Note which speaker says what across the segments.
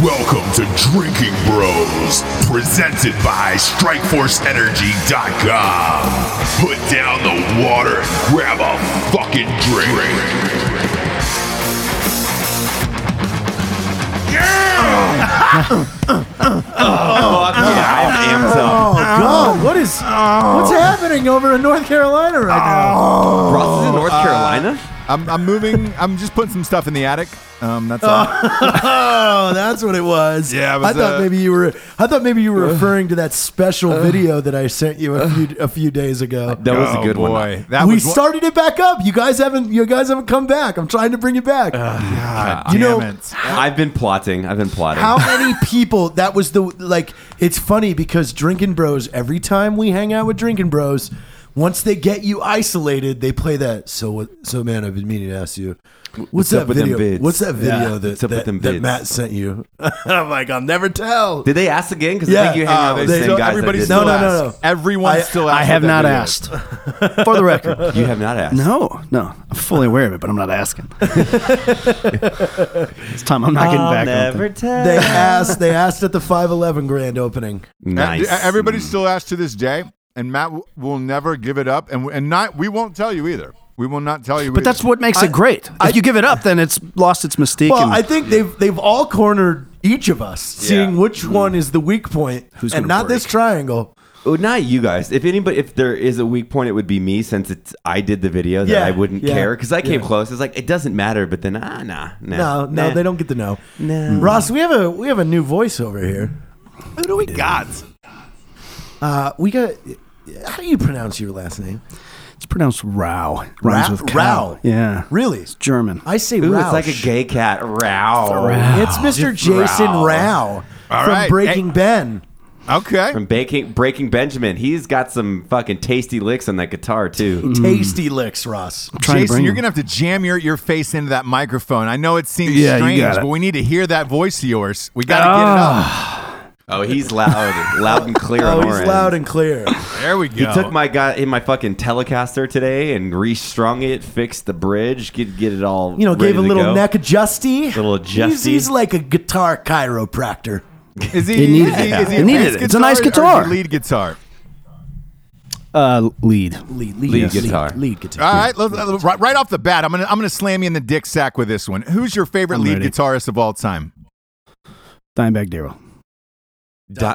Speaker 1: Welcome to Drinking Bros, presented by StrikeForceEnergy.com. Put down the water and grab a fucking drink.
Speaker 2: I'm amped up.
Speaker 3: Oh, God. What is what's happening over in North Carolina right now?
Speaker 2: Ross is in North
Speaker 4: Uh,
Speaker 2: Carolina.
Speaker 4: I'm, I'm moving. I'm just putting some stuff in the attic. Um, that's all.
Speaker 3: Oh, that's what it was.
Speaker 4: Yeah, it
Speaker 3: I
Speaker 4: was,
Speaker 3: thought
Speaker 4: uh,
Speaker 3: maybe you were. I thought maybe you were referring to that special video that I sent you a few a few days ago.
Speaker 2: That was a
Speaker 4: Oh,
Speaker 2: good
Speaker 4: boy.
Speaker 2: one.
Speaker 4: That
Speaker 3: we
Speaker 4: was one-
Speaker 3: started it back up. You guys haven't. You guys haven't come back. I'm trying to bring you back.
Speaker 4: Oh, God
Speaker 3: You know-
Speaker 4: damn it.
Speaker 2: I've been plotting. I've been plotting.
Speaker 3: How many people? That was the like. It's funny because Drinking Bros. Every time we hang out with Drinking Bros, once they get you isolated, they play that. So what? So man, I've been meaning to ask you. What's,
Speaker 2: up
Speaker 3: that
Speaker 2: with them
Speaker 3: video?
Speaker 2: bids?
Speaker 3: What's that video
Speaker 2: Yeah.
Speaker 3: that
Speaker 2: What's up with
Speaker 3: that,
Speaker 2: them
Speaker 3: that
Speaker 2: bids?
Speaker 3: Matt sent you? I'm like, I'll never tell.
Speaker 2: Did they ask again? Because I
Speaker 3: Yeah.
Speaker 2: think you hang
Speaker 3: Uh,
Speaker 2: out with
Speaker 3: they-
Speaker 2: the same
Speaker 3: so
Speaker 2: guys.
Speaker 4: everybody
Speaker 2: that did
Speaker 4: still
Speaker 3: No, no,
Speaker 2: that.
Speaker 3: no,
Speaker 4: asks. Everyone still asks.
Speaker 5: I have not asked. For the record.
Speaker 2: You have not asked.
Speaker 5: No, no. I'm fully aware of it, but I'm not asking. it's time I'm not getting back on.
Speaker 2: tell.
Speaker 3: They asked. They asked at the 511 grand opening.
Speaker 2: Nice.
Speaker 4: Everybody still asks to this day, and Matt w- will never give it up, and and not we won't tell you either. We will not tell you.
Speaker 5: But that's what makes it great. If you give it up, then it's lost its mystique.
Speaker 3: Well,
Speaker 5: and
Speaker 3: I think they've they've all cornered each of us, seeing which
Speaker 2: Mm-hmm.
Speaker 3: one is the weak point,
Speaker 5: Who's
Speaker 3: and
Speaker 5: gonna
Speaker 3: not this
Speaker 5: break?
Speaker 3: triangle.
Speaker 2: Oh, not you guys. If anybody, if there is a weak point, it would be me since it's I did the video that
Speaker 3: Yeah,
Speaker 2: I wouldn't
Speaker 3: yeah,
Speaker 2: care because I came
Speaker 3: yeah.
Speaker 2: close. It's like it doesn't matter. But then ah nah nah
Speaker 3: No, no,
Speaker 2: nah.
Speaker 3: they don't get to know. Mm.
Speaker 2: No.
Speaker 3: Ross, we have a we have a new voice over here.
Speaker 4: who do we got?
Speaker 3: Uh, we got. How do you pronounce your last name?
Speaker 5: it's pronounced Rau. It Rhymes
Speaker 3: Ra-
Speaker 5: with cow.
Speaker 3: Rau.
Speaker 5: Yeah.
Speaker 3: Really?
Speaker 5: It's German.
Speaker 3: I say
Speaker 2: Ooh,
Speaker 3: Roush.
Speaker 2: it's like a gay cat. Row
Speaker 3: It's Mr. Jason Rao,
Speaker 4: All
Speaker 3: from
Speaker 4: right.
Speaker 3: Breaking Ben.
Speaker 4: Okay.
Speaker 2: from Baking Breaking Benjamin. He's got some fucking tasty licks on that guitar
Speaker 3: Mm.
Speaker 2: too.
Speaker 3: Tasty licks, Ross.
Speaker 5: trying to
Speaker 4: Jason,
Speaker 5: bring
Speaker 4: you're
Speaker 5: him.
Speaker 4: gonna have to jam your, your face into that microphone. I know it seems
Speaker 5: Yeah, you
Speaker 4: strange,
Speaker 5: got it.
Speaker 4: but we need to hear that voice of yours. We gotta
Speaker 2: Oh, he's loud, loud and clear.
Speaker 3: Ah. Oh,
Speaker 2: on
Speaker 3: he's
Speaker 2: our
Speaker 3: loud
Speaker 2: end.
Speaker 3: Oh. and clear.
Speaker 4: get it up. There we go.
Speaker 2: He took my guy in my fucking Telecaster today and restrung it, fixed the bridge, get get it all.
Speaker 3: You know, gave
Speaker 2: ready
Speaker 3: a
Speaker 2: to
Speaker 3: little
Speaker 2: go.
Speaker 3: neck adjusty.
Speaker 2: Little
Speaker 3: He's,
Speaker 2: adjusty.
Speaker 3: he's like a guitar chiropractor.
Speaker 4: Is he?
Speaker 5: It needed
Speaker 4: is he-
Speaker 5: it.
Speaker 4: is he
Speaker 5: It
Speaker 4: a
Speaker 5: needed
Speaker 4: bass
Speaker 5: it. It's a nice
Speaker 4: or is
Speaker 5: guitar.
Speaker 4: he lead guitar.
Speaker 5: uh, lead.
Speaker 3: Lead,
Speaker 2: Lead guitar.
Speaker 3: Lead, guitar.
Speaker 4: All right, let- let- right, right off the bat, I'm gonna I'm gonna slam you in the dick sack with this one. Who's your favorite
Speaker 5: I'm
Speaker 4: lead
Speaker 5: ready.
Speaker 4: guitarist of all time?
Speaker 5: Dimebag Daryl.
Speaker 2: Di-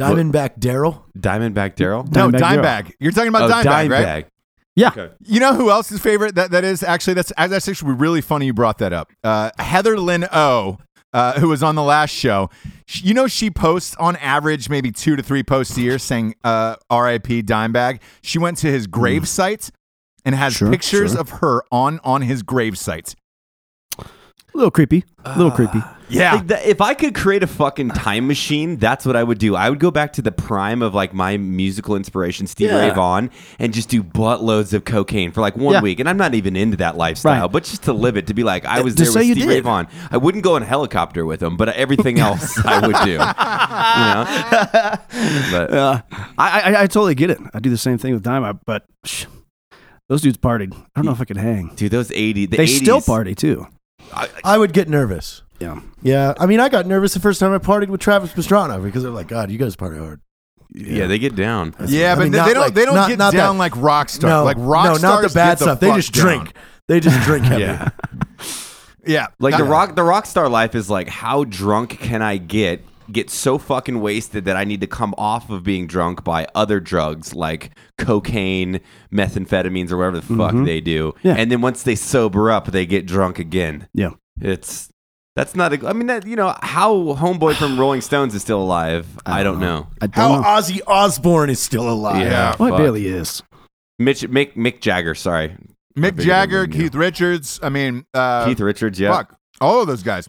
Speaker 3: Diamondback Daryl.
Speaker 2: Diamondback Daryl.
Speaker 4: No,
Speaker 5: Dimebag Darrell.
Speaker 4: Dimebag. You're talking about
Speaker 2: oh,
Speaker 4: Dimebag, right?
Speaker 2: Dimebag.
Speaker 5: Yeah.
Speaker 4: You know who else's favorite that, that is? Actually, that's that's actually really funny you brought that up. Uh, Heather Lynn O, uh, who was on the last show. Sh you know, she posts on average maybe two to three posts a year saying uh, RIP Dimebag. She went to his grave site and has
Speaker 5: Hmm. Sure,
Speaker 4: pictures
Speaker 5: sure.
Speaker 4: of her on, on his grave site.
Speaker 5: A little creepy. A little creepy.
Speaker 4: Yeah.
Speaker 2: Like that, if I could create a fucking time machine, that's what I would do. I would go back to the prime of like my musical inspiration, Steve Ray
Speaker 5: Yeah.
Speaker 2: Vaughan, and just do buttloads of cocaine for like one
Speaker 5: Yeah.
Speaker 2: week. And I'm not even into that lifestyle,
Speaker 5: Right. Uh,
Speaker 2: but just to live it, to be like, I was
Speaker 5: to
Speaker 2: there
Speaker 5: say
Speaker 2: with
Speaker 5: you
Speaker 2: Steve Ray
Speaker 5: did.
Speaker 2: Vaughan. I wouldn't go in a helicopter with him, but everything else I would do. You know? But-
Speaker 5: Uh, I, I I totally get it. I do the same thing with Dimebag, but psh, those dudes partied. I don't know if I could hang.
Speaker 2: Dude, those 80 the
Speaker 5: They
Speaker 2: 80s,
Speaker 5: still party too.
Speaker 3: I would get nervous.
Speaker 5: Yeah.
Speaker 3: Yeah, I mean, I got nervous the first time I partied with Travis Pastrana because I'm like, God, you guys party hard.
Speaker 2: Yeah, they get down.
Speaker 4: Yeah,
Speaker 3: I
Speaker 4: but
Speaker 3: mean,
Speaker 4: they-
Speaker 3: not
Speaker 4: they don't
Speaker 3: like-
Speaker 4: they don't
Speaker 3: not-
Speaker 4: get
Speaker 3: not
Speaker 4: down
Speaker 3: that-
Speaker 4: like rock stars.
Speaker 3: No,
Speaker 4: like rock
Speaker 3: no,
Speaker 4: stars,
Speaker 3: not the bad
Speaker 4: get the
Speaker 3: stuff. they
Speaker 4: fuck
Speaker 3: just
Speaker 4: down.
Speaker 3: drink. They just drink heavy.
Speaker 4: Yeah. Yeah,
Speaker 2: Like the
Speaker 4: Uh,
Speaker 2: rock, the rock star life is like, how drunk can I get? Get so fucking wasted that I need to come off of being drunk by other drugs like cocaine, methamphetamines, or whatever the fuck they do.
Speaker 5: Yeah.
Speaker 2: And then once they sober up, they get drunk again.
Speaker 5: Yeah.
Speaker 2: It's that's not. A, I mean, that you know how homeboy from Rolling Stones is still alive. I, don't know.
Speaker 5: I don't
Speaker 3: How
Speaker 5: know.
Speaker 3: Ozzy Osbourne is still alive.
Speaker 4: Yeah.
Speaker 5: well, it
Speaker 2: fuck.
Speaker 5: barely is.
Speaker 2: Mitch, Mick, Mick Jagger. Sorry,
Speaker 4: Mick
Speaker 2: I figured
Speaker 4: Jagger,
Speaker 2: everyone knew.
Speaker 4: Keith Richards. I mean, uh,
Speaker 2: Keith Richards. Yeah.
Speaker 4: fuck, all of those guys.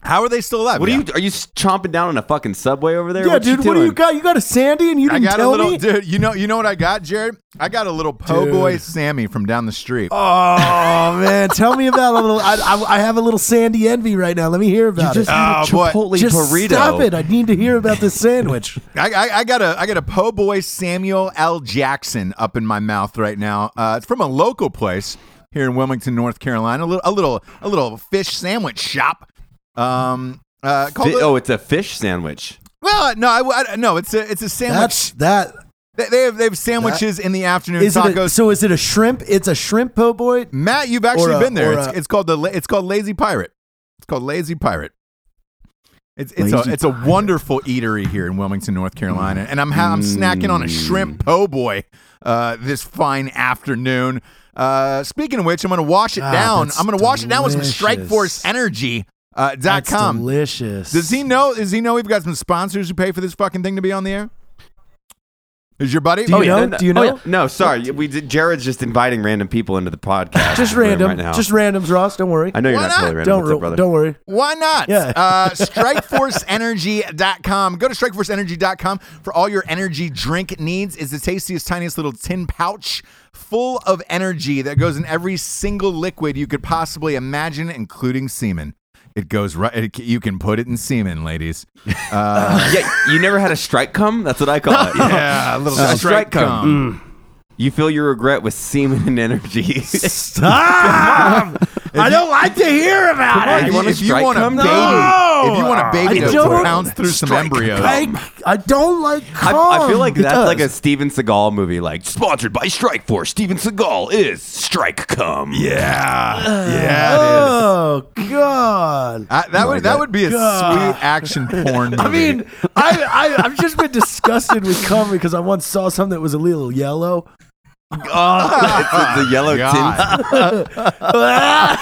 Speaker 4: How are they still alive?
Speaker 2: What
Speaker 4: Yeah.
Speaker 2: are you? Are you chomping down on a fucking subway over there?
Speaker 3: Yeah, dude, what do you
Speaker 2: doing?
Speaker 3: got? You got a Sandy and you
Speaker 4: I
Speaker 3: didn't
Speaker 4: got a
Speaker 3: tell
Speaker 4: little
Speaker 3: me?
Speaker 4: dude. You know, you know what I got, Jared? I got a little po'
Speaker 3: Dude.
Speaker 4: boy Sammy from down the street.
Speaker 3: Oh, man. Tell me about a little. I, I, I have a little Sandy envy right now. Let me hear about
Speaker 2: Just
Speaker 3: it.
Speaker 2: had a
Speaker 4: Oh, boy.
Speaker 2: Chipotle
Speaker 3: Just
Speaker 2: burrito.
Speaker 3: stop it. I need to hear about this sandwich.
Speaker 4: I, I, I got a I got a po' boy Samuel L. Jackson up in my mouth right now. Uh, it's from a local place here in Wilmington, North Carolina. A little a little a little fish sandwich shop. Um, Uh, called
Speaker 2: Fi-
Speaker 4: the-
Speaker 2: oh, it's a fish sandwich.
Speaker 4: well, no, I, I- no, it's a it's a sandwich.
Speaker 3: That's that.
Speaker 4: They, they have they have sandwiches in the afternoon
Speaker 3: Is it
Speaker 4: tacos.
Speaker 3: a, so? Is it a shrimp? It's a shrimp po' boy.
Speaker 4: Matt, you've actually
Speaker 3: Or a-
Speaker 4: been there.
Speaker 3: or
Speaker 4: It's,
Speaker 3: a-
Speaker 4: it's called the la- it's called Lazy Pirate. It's called Lazy Pirate. It's it's
Speaker 5: Lazy
Speaker 4: a it's a wonderful eatery here in Wilmington, North Carolina, and I'm ha- I'm snacking on a
Speaker 3: Mm.
Speaker 4: shrimp po' boy uh, this fine afternoon. Uh, speaking of which, I'm going to wash it
Speaker 3: Ah,
Speaker 4: down.
Speaker 3: that's
Speaker 4: I'm going to wash it down with some
Speaker 3: delicious.
Speaker 4: StrikeforceEnergy uh, dot
Speaker 3: That's
Speaker 4: com.
Speaker 3: delicious.
Speaker 4: Does he know? Does he know we've got some sponsors who pay for this fucking thing to be on the air? Is your buddy?
Speaker 3: Do you
Speaker 4: Oh, yeah.
Speaker 3: know?
Speaker 2: No, no-
Speaker 3: Do you know?
Speaker 2: oh, yeah. No, sorry. We did, Jared's just inviting random people into the podcast.
Speaker 3: Just
Speaker 2: room
Speaker 3: random.
Speaker 2: Right now.
Speaker 3: Just randoms, Ross. Don't worry.
Speaker 2: I know you're not,
Speaker 4: Why not?
Speaker 2: totally random.
Speaker 3: don't
Speaker 2: What's up, brother?
Speaker 3: don't worry.
Speaker 4: Why not?
Speaker 3: Yeah.
Speaker 4: Uh, StrikeforceEnergy.com. Go to StrikeforceEnergy.com for all your energy drink needs. It's the tastiest, tiniest little tin pouch full of energy that goes in every single liquid you could possibly imagine, including semen. It goes right. It, you can put it in semen, ladies.
Speaker 2: yeah, you never had a strike cum? That's what I call it. Yeah.
Speaker 4: Yeah, a little
Speaker 2: Uh,
Speaker 4: strike
Speaker 2: strike cum.
Speaker 4: cum.
Speaker 2: You fill your regret with semen and energy.
Speaker 3: Stop! I don't like to hear about
Speaker 2: on,
Speaker 3: it.
Speaker 2: you want a
Speaker 4: if you
Speaker 2: strike
Speaker 4: want a
Speaker 2: cum?
Speaker 4: baby,
Speaker 3: No!
Speaker 4: if you want a baby
Speaker 3: I
Speaker 4: to
Speaker 3: don't-
Speaker 4: pounce through some
Speaker 2: Strike
Speaker 4: embryos,
Speaker 3: I, I don't like. Cum.
Speaker 2: Um, I, I feel like
Speaker 3: It
Speaker 2: that's
Speaker 3: does.
Speaker 2: like a Steven Seagal movie, like sponsored by Strike Force. Steven Seagal is Strike Cum.
Speaker 4: yeah, yeah, it is.
Speaker 3: Oh God!
Speaker 4: I, uh, that would that would be a
Speaker 3: God.
Speaker 4: sweet action porn. Movie.
Speaker 3: I mean, I, I I've just been disgusted with cum because I once saw something that was a little yellow.
Speaker 2: It's the yellow tint.
Speaker 4: God.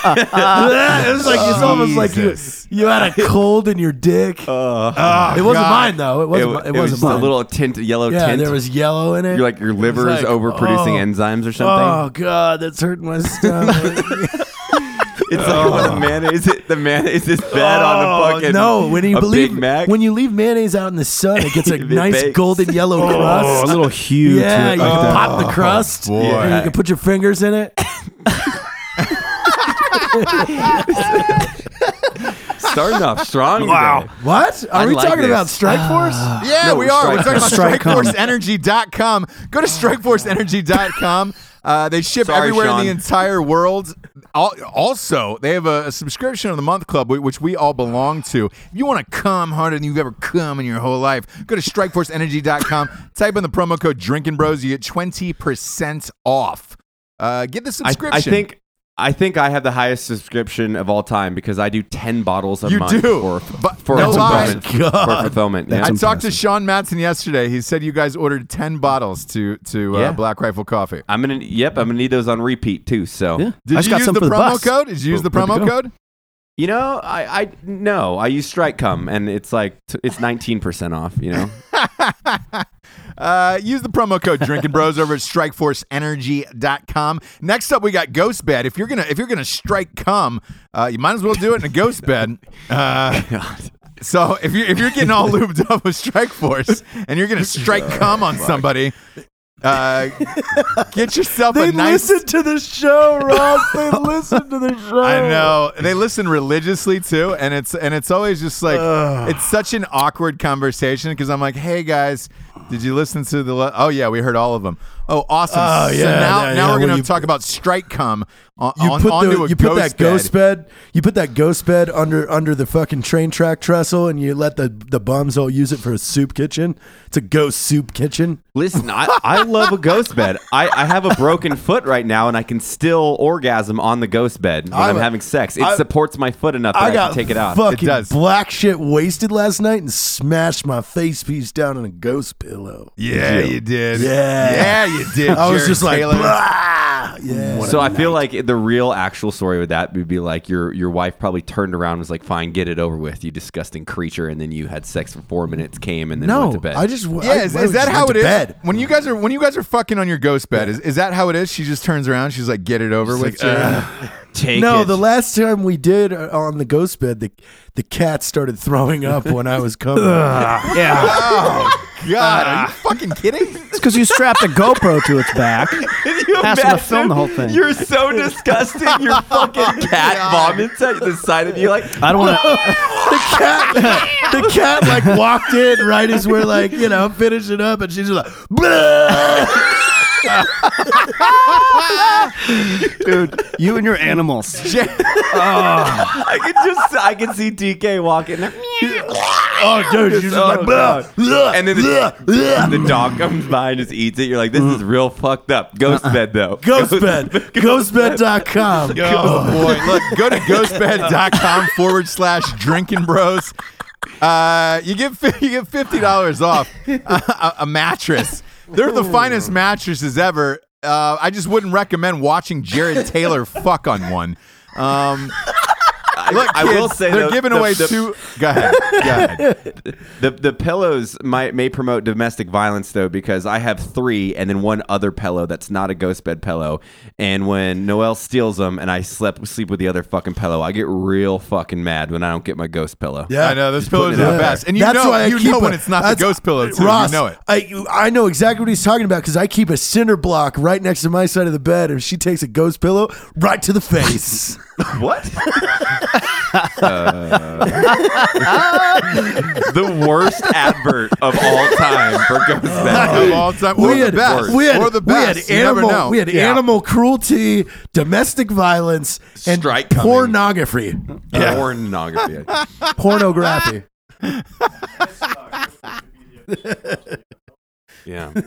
Speaker 3: it was like it's almost like you
Speaker 4: Jesus.
Speaker 3: you had a cold in your dick. it wasn't
Speaker 4: God.
Speaker 3: mine though.
Speaker 2: Oh,
Speaker 3: It
Speaker 2: It,
Speaker 3: wasn't.
Speaker 2: wa-
Speaker 3: mi-
Speaker 2: it
Speaker 3: it,
Speaker 2: was
Speaker 3: wasn't
Speaker 2: just
Speaker 3: mine.
Speaker 2: a little tint, yellow
Speaker 3: yeah,
Speaker 2: tint.
Speaker 3: there was yellow in it.
Speaker 2: You're like your liver is
Speaker 3: like,
Speaker 2: overproducing
Speaker 3: oh,
Speaker 2: enzymes or
Speaker 3: oh
Speaker 2: something.
Speaker 3: God, that's hurting my stomach.
Speaker 2: It's like when the mayonnaise, the mayonnaise is fed on
Speaker 3: Oh,
Speaker 2: a fucking
Speaker 3: no, when
Speaker 2: a
Speaker 3: you believe
Speaker 2: Big Mac.
Speaker 3: when you leave mayonnaise out in the sun, it gets a
Speaker 2: It
Speaker 3: nice
Speaker 2: bakes.
Speaker 3: golden yellow
Speaker 5: Oh, a
Speaker 3: crust.
Speaker 5: little Oh. hue.
Speaker 3: Yeah,
Speaker 5: to it
Speaker 3: you
Speaker 5: like
Speaker 3: can
Speaker 5: that.
Speaker 3: pop the crust.
Speaker 4: boy.
Speaker 3: and you can put your fingers in it.
Speaker 2: starting off strong. today.
Speaker 3: What are
Speaker 2: I
Speaker 3: we
Speaker 2: like
Speaker 3: talking
Speaker 2: this. Ah.
Speaker 3: about? Strike Force?
Speaker 4: yeah, we are. We're talking about
Speaker 5: Strike cum.
Speaker 4: StrikeForceEnergy.com. Go to StrikeForceEnergy.com. Uh, they ship
Speaker 2: Sorry,
Speaker 4: everywhere in
Speaker 2: Sean.
Speaker 4: the entire world. Al- Also, they have a, a subscription of the month club, wh- which we all belong to. If you want to come harder than you've ever come in your whole life, go to StrikeForceEnergy.com. type in the promo code Drinking Bros. You get twenty percent off. Uh, get the
Speaker 2: I,
Speaker 4: subscription.
Speaker 2: I think I think I have the highest subscription of all time because I do ten bottles a
Speaker 4: You
Speaker 2: month
Speaker 4: do.
Speaker 2: for
Speaker 4: But-
Speaker 2: for,
Speaker 4: no lie.
Speaker 2: fulfillment, for fulfillment. Yeah.
Speaker 4: I talked to Sean Matson yesterday. He said you guys ordered ten bottles to to uh,
Speaker 2: Yeah.
Speaker 4: Black Rifle Coffee.
Speaker 2: I'm gonna yep, I'm gonna need those on repeat too. So
Speaker 5: Yeah.
Speaker 4: Did
Speaker 5: I just
Speaker 4: you
Speaker 5: got
Speaker 4: use
Speaker 5: some
Speaker 4: the
Speaker 5: for the
Speaker 4: promo
Speaker 5: bus.
Speaker 4: code? Did you use the
Speaker 5: Where'd it
Speaker 4: promo
Speaker 5: go?
Speaker 4: code?
Speaker 2: you know, I I no, I use Strike Cum and it's like t- it's nineteen percent off. You know,
Speaker 4: Uh, use the promo code Drinking Bros over at StrikeForceEnergy.com. Next up, we got Ghost Bed. If you're gonna if you're gonna strike cum, uh, you might as well do it in a ghost bed. Uh,
Speaker 5: Oh
Speaker 4: so if you if you're getting all lubed up with Strike Force and you're gonna strike cum on somebody, uh, get yourself
Speaker 3: They
Speaker 4: a nice
Speaker 3: listen to the show, Ross. They listen to the show.
Speaker 4: I know they listen religiously too, and it's and it's always just like it's such an awkward conversation because I'm like, hey guys, did you listen to the? Le- oh yeah, we heard all of them. Oh awesome!
Speaker 3: Oh,
Speaker 4: so
Speaker 3: yeah,
Speaker 4: now
Speaker 3: yeah,
Speaker 4: now
Speaker 3: yeah,
Speaker 4: we're gonna
Speaker 3: well, you-
Speaker 4: talk about strike cum on,
Speaker 3: You
Speaker 4: on,
Speaker 3: put
Speaker 4: onto
Speaker 3: the,
Speaker 4: a
Speaker 3: you put
Speaker 4: ghost
Speaker 3: that ghost bed. You put that ghost bed under under the fucking train track trestle, and you let the the bums all use it for a soup kitchen. It's a ghost soup kitchen.
Speaker 2: listen, I, I love a ghost bed. I, I have a broken foot right now, and I can still orgasm on the ghost bed when I'm,
Speaker 3: I'm a-
Speaker 2: having sex. It
Speaker 3: I-
Speaker 2: supports my foot enough that I, can take it out.
Speaker 3: fucking
Speaker 4: It does.
Speaker 3: black shit wasted last night and smashed my face piece down on a ghost pillow.
Speaker 4: Yeah, you did. yeah,
Speaker 3: Yeah.
Speaker 4: you did.
Speaker 3: I was
Speaker 4: Jared
Speaker 3: just like,
Speaker 4: Taylor.
Speaker 3: "Blah!" yeah.
Speaker 2: So I feel like the real actual story with that would be like your your wife probably turned around and was like, "Fine, get it over with, you disgusting creature," and then you had sex for four minutes, came, and then went to
Speaker 3: no,
Speaker 2: bed.
Speaker 3: I just I-
Speaker 4: Yeah, is,
Speaker 3: I
Speaker 4: is that
Speaker 3: just
Speaker 4: how
Speaker 3: went
Speaker 4: it
Speaker 3: to
Speaker 4: is?
Speaker 3: Bed.
Speaker 4: When you guys are when you guys are fucking on your ghost bed, is, is that how it is? She just turns around, she's like, "Get it over with."
Speaker 2: like,
Speaker 4: Jared."
Speaker 2: take
Speaker 3: No,
Speaker 2: it.
Speaker 3: the last time we did uh, on the ghost bed, the the cat started throwing up when I was coming.
Speaker 5: Yeah,
Speaker 4: God, are you fucking kidding?
Speaker 5: it's because you strapped a GoPro to its back.
Speaker 2: Can you
Speaker 5: Ask him to
Speaker 2: imagine?
Speaker 5: film the whole thing.
Speaker 2: You're so disgusted. Your fucking cat vomits at the side of you, like
Speaker 5: I don't want to.
Speaker 3: the cat, the cat like walked in right as we're like you know finishing up, and she's just like, "Bleh."
Speaker 5: dude. You and your animals.
Speaker 2: I can just I can see DK walking.
Speaker 3: Oh, dude, you're just
Speaker 2: Oh,
Speaker 3: like, blah,
Speaker 2: God.
Speaker 3: blah,
Speaker 2: And then
Speaker 3: blah,
Speaker 2: the,
Speaker 3: blah.
Speaker 2: the dog comes by and just eats it. You're like, this is real fucked up. Ghost bed though.
Speaker 3: Ghostbed. Ghostbed.com.
Speaker 4: Oh boy! Look, go to ghostbed.com forward slash drinking bros. Uh, you get fi- you get fifty dollars off a, a- a mattress. They're the finest mattresses ever. Uh, I just wouldn't recommend watching Jared Taylor fuck on one. Um, look,
Speaker 2: I will
Speaker 4: kids,
Speaker 2: say
Speaker 4: they're
Speaker 2: the-
Speaker 4: giving
Speaker 2: the-
Speaker 4: away
Speaker 2: the-
Speaker 4: two. Go ahead. Go ahead.
Speaker 2: The the pillows might may promote domestic violence though because I have three and then one other pillow that's not a ghost bed pillow. And when Noelle steals them and I slept sleep with the other fucking pillow, I get real fucking mad when I don't get my ghost pillow.
Speaker 4: I know those pillows
Speaker 3: putting it
Speaker 4: are the
Speaker 3: out
Speaker 4: best,
Speaker 3: there.
Speaker 4: and you
Speaker 3: That's
Speaker 4: know
Speaker 3: why I
Speaker 4: you
Speaker 3: keep
Speaker 4: know when
Speaker 3: a-
Speaker 4: it's not the
Speaker 3: that's-
Speaker 4: ghost pillow too.
Speaker 3: Ross,
Speaker 4: you know it.
Speaker 3: I I know exactly what he's talking about because I keep a cinder block right next to my side of the bed, and she takes a ghost pillow right to the face.
Speaker 2: What? Uh, the worst advert of all time for ghost
Speaker 4: Of
Speaker 2: bed.
Speaker 4: all time, or the best,
Speaker 3: we had,
Speaker 4: or the
Speaker 3: we had
Speaker 4: best. you never
Speaker 3: animal,
Speaker 4: know.
Speaker 3: we had
Speaker 4: Yeah.
Speaker 3: animal cruelty, domestic violence, and
Speaker 2: Strike coming.
Speaker 3: pornography,
Speaker 4: Yeah.
Speaker 2: Pornography.
Speaker 3: pornography.
Speaker 2: Yeah.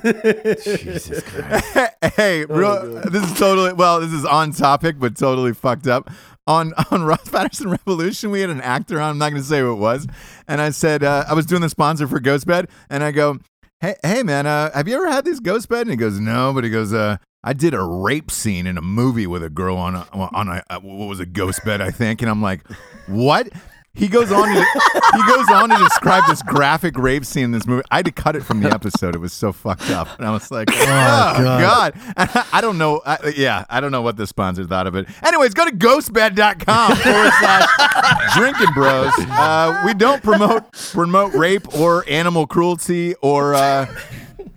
Speaker 4: hey, real, this is totally well. This is on topic, but totally fucked up. On on Ross Patterson Revolution, we had an actor on. I'm not going to say who it was, and I said uh, I was doing the sponsor for Ghost Bed, and I go, "Hey, hey, man, uh, have you ever had these Ghost Bed?" And he goes, "No," but he goes, uh, "I did a rape scene in a movie with a girl on a on a, uh what was a Ghost Bed, I think," and I'm like, "What?" He goes on. To, he goes on to describe this graphic rape scene in this movie. I had to cut it from the episode. It was so fucked up, and I was like, "Oh, god. God. I don't know. I, yeah, I don't know what the sponsor thought of it. Anyways, go to ghostbed.com forward slash drinking bros. Uh, we don't promote promote rape or animal cruelty or. Uh,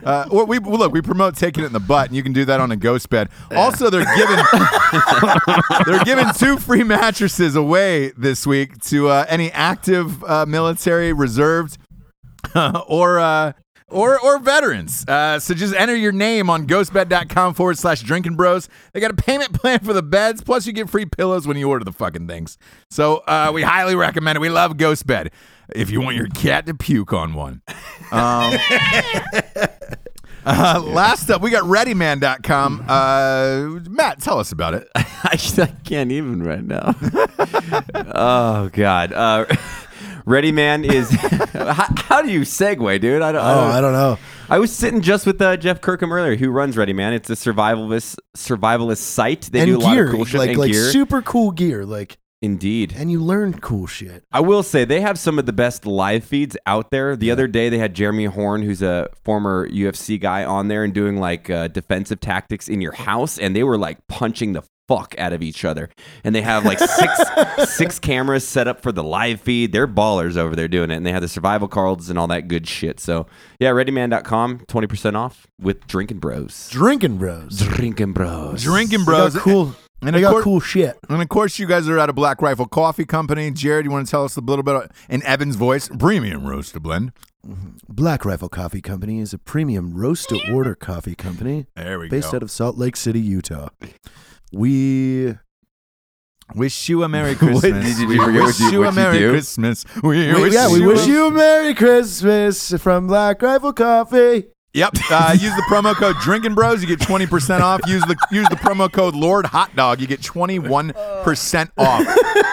Speaker 4: uh, or we well, look. We promote taking it in the butt, and you can do that on a ghost bed. Also, they're giving they're giving two free mattresses away this week to uh, any active uh, military, reserved, or uh, or or veterans. Uh, so just enter your name on ghostbed.com forward slash drinking bros. They got a payment plan for the beds, plus you get free pillows when you order the fucking things. So uh, we highly recommend it. We love Ghost Bed. If you want your cat to puke on one. Uh, last up, we got readyman.com. Uh, Matt, tell us about it.
Speaker 2: I, I can't even right now. oh God. Uh, Ready Man is. how, how do you segue, dude? I don't. I
Speaker 3: Oh,
Speaker 2: don't,
Speaker 3: I don't know.
Speaker 2: I was sitting just with uh, Jeff Kirkham earlier, who runs Ready Man. It's a survivalist survivalist site. They do a
Speaker 3: and
Speaker 2: lot
Speaker 3: gear,
Speaker 2: of cool shit
Speaker 3: like
Speaker 2: and
Speaker 3: like
Speaker 2: gear.
Speaker 3: super cool gear, like,
Speaker 2: Indeed.
Speaker 3: and you learn cool shit.
Speaker 2: I will say they have some of the best live feeds out there. The other day they had Jeremy Horn, who's a former UFC guy, on there and doing like uh, defensive tactics in your house, and they were like punching the fuck out of each other. And they have like six six cameras set up for the live feed. They're ballers over there doing it, and they have the survival cards and all that good shit. So yeah, readyman.com, twenty percent off with Drinking Bros.
Speaker 3: Drinking bros,
Speaker 2: Drinking Bros.
Speaker 4: Drinking
Speaker 3: They
Speaker 4: bros.
Speaker 3: got cool.
Speaker 4: And
Speaker 3: they
Speaker 4: of
Speaker 3: got
Speaker 4: course-
Speaker 3: cool shit.
Speaker 4: And of course, you guys are at a Black Rifle Coffee Company. Jared, you want to tell us a little bit in Evan's voice? Premium roast to blend.
Speaker 3: Black Rifle Coffee Company is a premium roast to order coffee company
Speaker 4: There we
Speaker 3: based
Speaker 4: go.
Speaker 3: out of Salt Lake City, Utah. We
Speaker 4: wish you a Merry
Speaker 2: What did
Speaker 4: Christmas.
Speaker 2: you-
Speaker 4: we
Speaker 2: you forget
Speaker 4: wish
Speaker 2: what you-
Speaker 4: you a
Speaker 2: what you
Speaker 4: Merry
Speaker 2: do?
Speaker 4: Christmas. We,
Speaker 3: We-
Speaker 4: wish
Speaker 3: yeah, we
Speaker 4: you
Speaker 3: wish
Speaker 4: a-
Speaker 3: you a Merry Christmas from Black Rifle Coffee.
Speaker 4: Yep. Uh, use the promo code Drinking Bros. You get twenty percent off. Use the use the promo code Lord Hot Dog. You get twenty one percent off.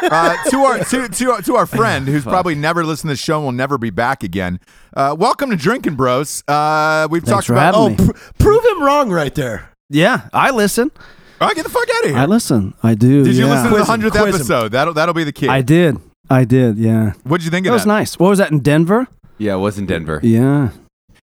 Speaker 4: Uh, to our to, to our to our friend who's probably never listened to the show and will never be back again. Uh, welcome to Drinking Bros. Uh, we've talked
Speaker 5: Thanks for
Speaker 4: about.
Speaker 5: having
Speaker 4: Oh,
Speaker 5: me.
Speaker 3: Pr- prove him wrong right there.
Speaker 5: Yeah, I listen.
Speaker 4: all right, get the fuck out of
Speaker 5: I
Speaker 4: here.
Speaker 5: listen. I do.
Speaker 4: Did you
Speaker 5: yeah.
Speaker 4: listen to the
Speaker 3: Quiz him,
Speaker 4: hundredth
Speaker 3: quiz him.
Speaker 4: episode? That'll that'll be the key.
Speaker 5: I did. I did. Yeah.
Speaker 4: What'd you think
Speaker 5: That
Speaker 4: of
Speaker 5: was
Speaker 4: that?
Speaker 5: nice. What was that in Denver?
Speaker 2: Yeah, it was in Denver.
Speaker 5: Yeah.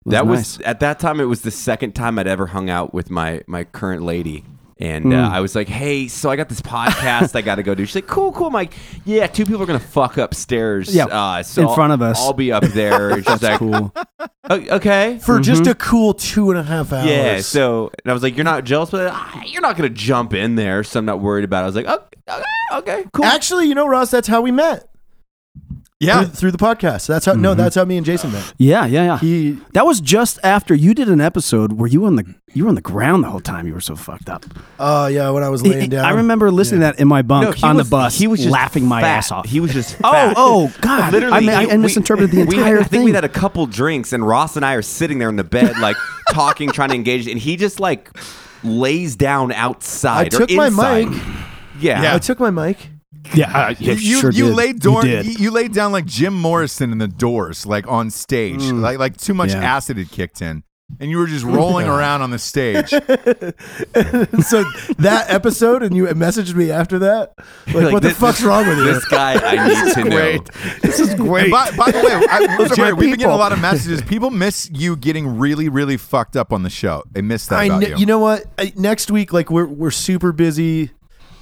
Speaker 2: that
Speaker 5: nice.
Speaker 2: was at that time. It was the second time I'd ever hung out with my my current lady, and
Speaker 5: Hmm.
Speaker 2: uh, I was like, "Hey, so I got this podcast I got to go do." She's like, "Cool, cool." I'm like, "Yeah, two people are gonna fuck upstairs,
Speaker 5: Yeah,
Speaker 2: uh, so
Speaker 5: in
Speaker 2: I'll-
Speaker 5: front of us."
Speaker 2: I'll be up there." And she's like,
Speaker 5: cool.
Speaker 2: "O- "Okay."
Speaker 3: For just a cool two and a half hours.
Speaker 2: Mm-hmm. Yeah, so and I was like, "You're not jealous, but ah, you're not gonna jump in there, so I'm not worried about." it. I was like, "Oh, okay, okay, cool."
Speaker 3: Actually, you know, Ross, that's how we met.
Speaker 4: Yeah.
Speaker 3: through, through the podcast. That's how no,
Speaker 2: Mm-hmm.
Speaker 3: that's how me and Jason met.
Speaker 5: Yeah, yeah, yeah.
Speaker 3: He
Speaker 5: that was just after you did an episode where you were on the you were on the ground the whole time. You were so fucked up.
Speaker 3: oh yeah, when I was laying down.
Speaker 5: I remember listening to that in my bunk
Speaker 2: he
Speaker 5: on
Speaker 2: was-
Speaker 5: the bus.
Speaker 2: He was just
Speaker 5: laughing my
Speaker 2: fat.
Speaker 5: ass off.
Speaker 2: He was just
Speaker 5: Oh,
Speaker 2: fat.
Speaker 5: oh, God.
Speaker 2: Literally,
Speaker 5: I mean, I-
Speaker 2: he-
Speaker 5: I misunterpreted the
Speaker 2: we-
Speaker 5: entire
Speaker 2: I think we
Speaker 5: thing.
Speaker 2: had a couple drinks, and Ross and I are sitting there in the bed, like talking, trying to engage, and he just like lays down outside.
Speaker 3: I took
Speaker 2: or
Speaker 3: my
Speaker 2: inside.
Speaker 3: mic.
Speaker 2: Yeah.
Speaker 4: Yeah.
Speaker 3: I took my mic.
Speaker 5: yeah, I- yeah,
Speaker 4: you
Speaker 5: sure
Speaker 4: you
Speaker 5: did.
Speaker 4: laid dorn, you,
Speaker 5: did.
Speaker 4: you laid down like Jim Morrison in the Doors, like on stage,
Speaker 3: Mm.
Speaker 4: like like too much
Speaker 5: Yeah.
Speaker 4: acid had kicked in, and you were just rolling around on the stage.
Speaker 3: so that episode, and you messaged me after that. Like,
Speaker 2: Like,
Speaker 3: what the
Speaker 2: this-
Speaker 3: fuck's wrong with you?
Speaker 2: This guy, I need to know.
Speaker 5: This is
Speaker 4: And
Speaker 5: great.
Speaker 4: by, by the way, I,
Speaker 3: Those are my
Speaker 4: Jerry, we've been getting a
Speaker 3: people.
Speaker 4: lot of messages. People miss you getting really, really fucked up on the show. They miss that
Speaker 3: I
Speaker 4: about
Speaker 3: kn-
Speaker 4: you.
Speaker 3: you know what? I, next week, like we're we're super busy.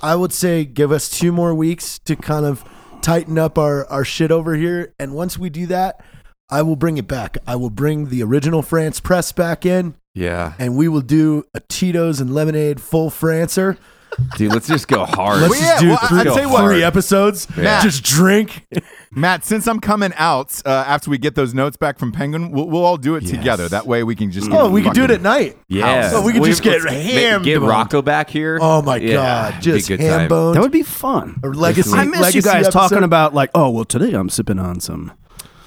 Speaker 3: I would say give us two more weeks to kind of tighten up our our shit over here, and once we do that, I will bring it back. I will bring the original France press back in,
Speaker 2: Yeah,
Speaker 3: and we will do a Tito's and lemonade full Francer.
Speaker 2: dude, let's just go hard.
Speaker 3: Let's
Speaker 4: Well, yeah,
Speaker 3: just do
Speaker 4: well, I-
Speaker 3: three,
Speaker 4: I'll tell you what.
Speaker 3: three episodes.
Speaker 4: Yeah.
Speaker 3: Just drink.
Speaker 4: Matt, since I'm coming out uh, after we get those notes back from Penguin, we'll, we'll all do it together. That way we can just.
Speaker 3: Oh, we could do it at night.
Speaker 2: yeah,
Speaker 3: So we could just get
Speaker 2: let's
Speaker 3: hammed.
Speaker 2: Get Rocco back here.
Speaker 3: Oh my
Speaker 2: Yeah,
Speaker 3: god,
Speaker 2: it'd be a
Speaker 3: just
Speaker 2: good time.
Speaker 3: ham boned.
Speaker 5: that would be fun.
Speaker 3: or legacy.
Speaker 5: I miss
Speaker 3: legacy
Speaker 5: you guys
Speaker 3: episode.
Speaker 5: talking about like, oh well, today I'm sipping on some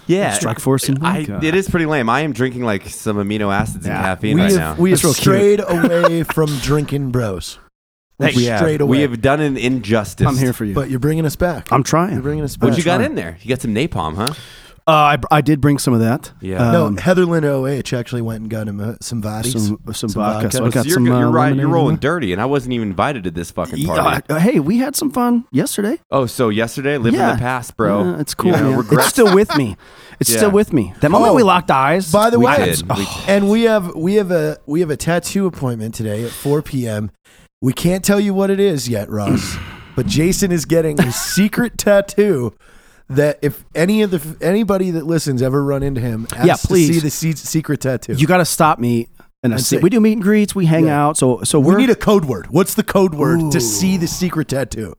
Speaker 2: Yeah,
Speaker 5: Strike Force and
Speaker 2: I,
Speaker 5: vodka.
Speaker 2: it is pretty lame. I am drinking like some amino acids and
Speaker 5: Yeah.
Speaker 2: caffeine
Speaker 3: We
Speaker 2: right now.
Speaker 3: have, we have
Speaker 5: That's real
Speaker 3: strayed away from drinking bros. We've
Speaker 2: we have.
Speaker 3: strayed away.
Speaker 2: We have done an injustice.
Speaker 5: I'm here for you.
Speaker 3: but you're bringing us back.
Speaker 5: I'm trying.
Speaker 3: You're bringing us back.
Speaker 2: What you got in there? You got some napalm, huh?
Speaker 5: uh, I, I did bring some of that.
Speaker 2: Yeah.
Speaker 3: No,
Speaker 5: Um,
Speaker 3: Heatherlyn OH actually went and got him uh, some vodka.
Speaker 5: some, some vodka. So I got
Speaker 2: you're,
Speaker 5: some.
Speaker 2: you're
Speaker 5: uh,
Speaker 2: right.
Speaker 5: lemonade
Speaker 2: You're
Speaker 5: in
Speaker 2: rolling
Speaker 5: there.
Speaker 2: dirty, and I wasn't even invited to this fucking party.
Speaker 5: Yeah, uh, hey, we had some fun yesterday.
Speaker 2: oh, so yesterday, living
Speaker 5: yeah,
Speaker 2: in the past, bro.
Speaker 5: Yeah, it's cool.
Speaker 2: You know,
Speaker 5: man.
Speaker 2: regrets-
Speaker 5: It's still with me. It's
Speaker 2: Yeah.
Speaker 5: still with me. That moment
Speaker 3: Oh,
Speaker 5: we locked eyes.
Speaker 3: By the
Speaker 2: We
Speaker 3: way,
Speaker 2: did. We-
Speaker 3: and we have we have a we have a tattoo appointment today at 4 p.m. We can't tell you what it is yet, Ross, but Jason is getting a secret tattoo. That if any of the anybody that listens ever run into him, ask
Speaker 5: Yeah,
Speaker 3: to see
Speaker 5: please.
Speaker 3: the se- secret tattoo.
Speaker 5: Oh, you got to stop me. And I
Speaker 3: That's
Speaker 5: see,
Speaker 3: it.
Speaker 5: we do meet and greets. We hang
Speaker 3: Yeah.
Speaker 5: out. So so
Speaker 3: we
Speaker 5: we're,
Speaker 3: need a code word. What's the code word to see the secret tattoo?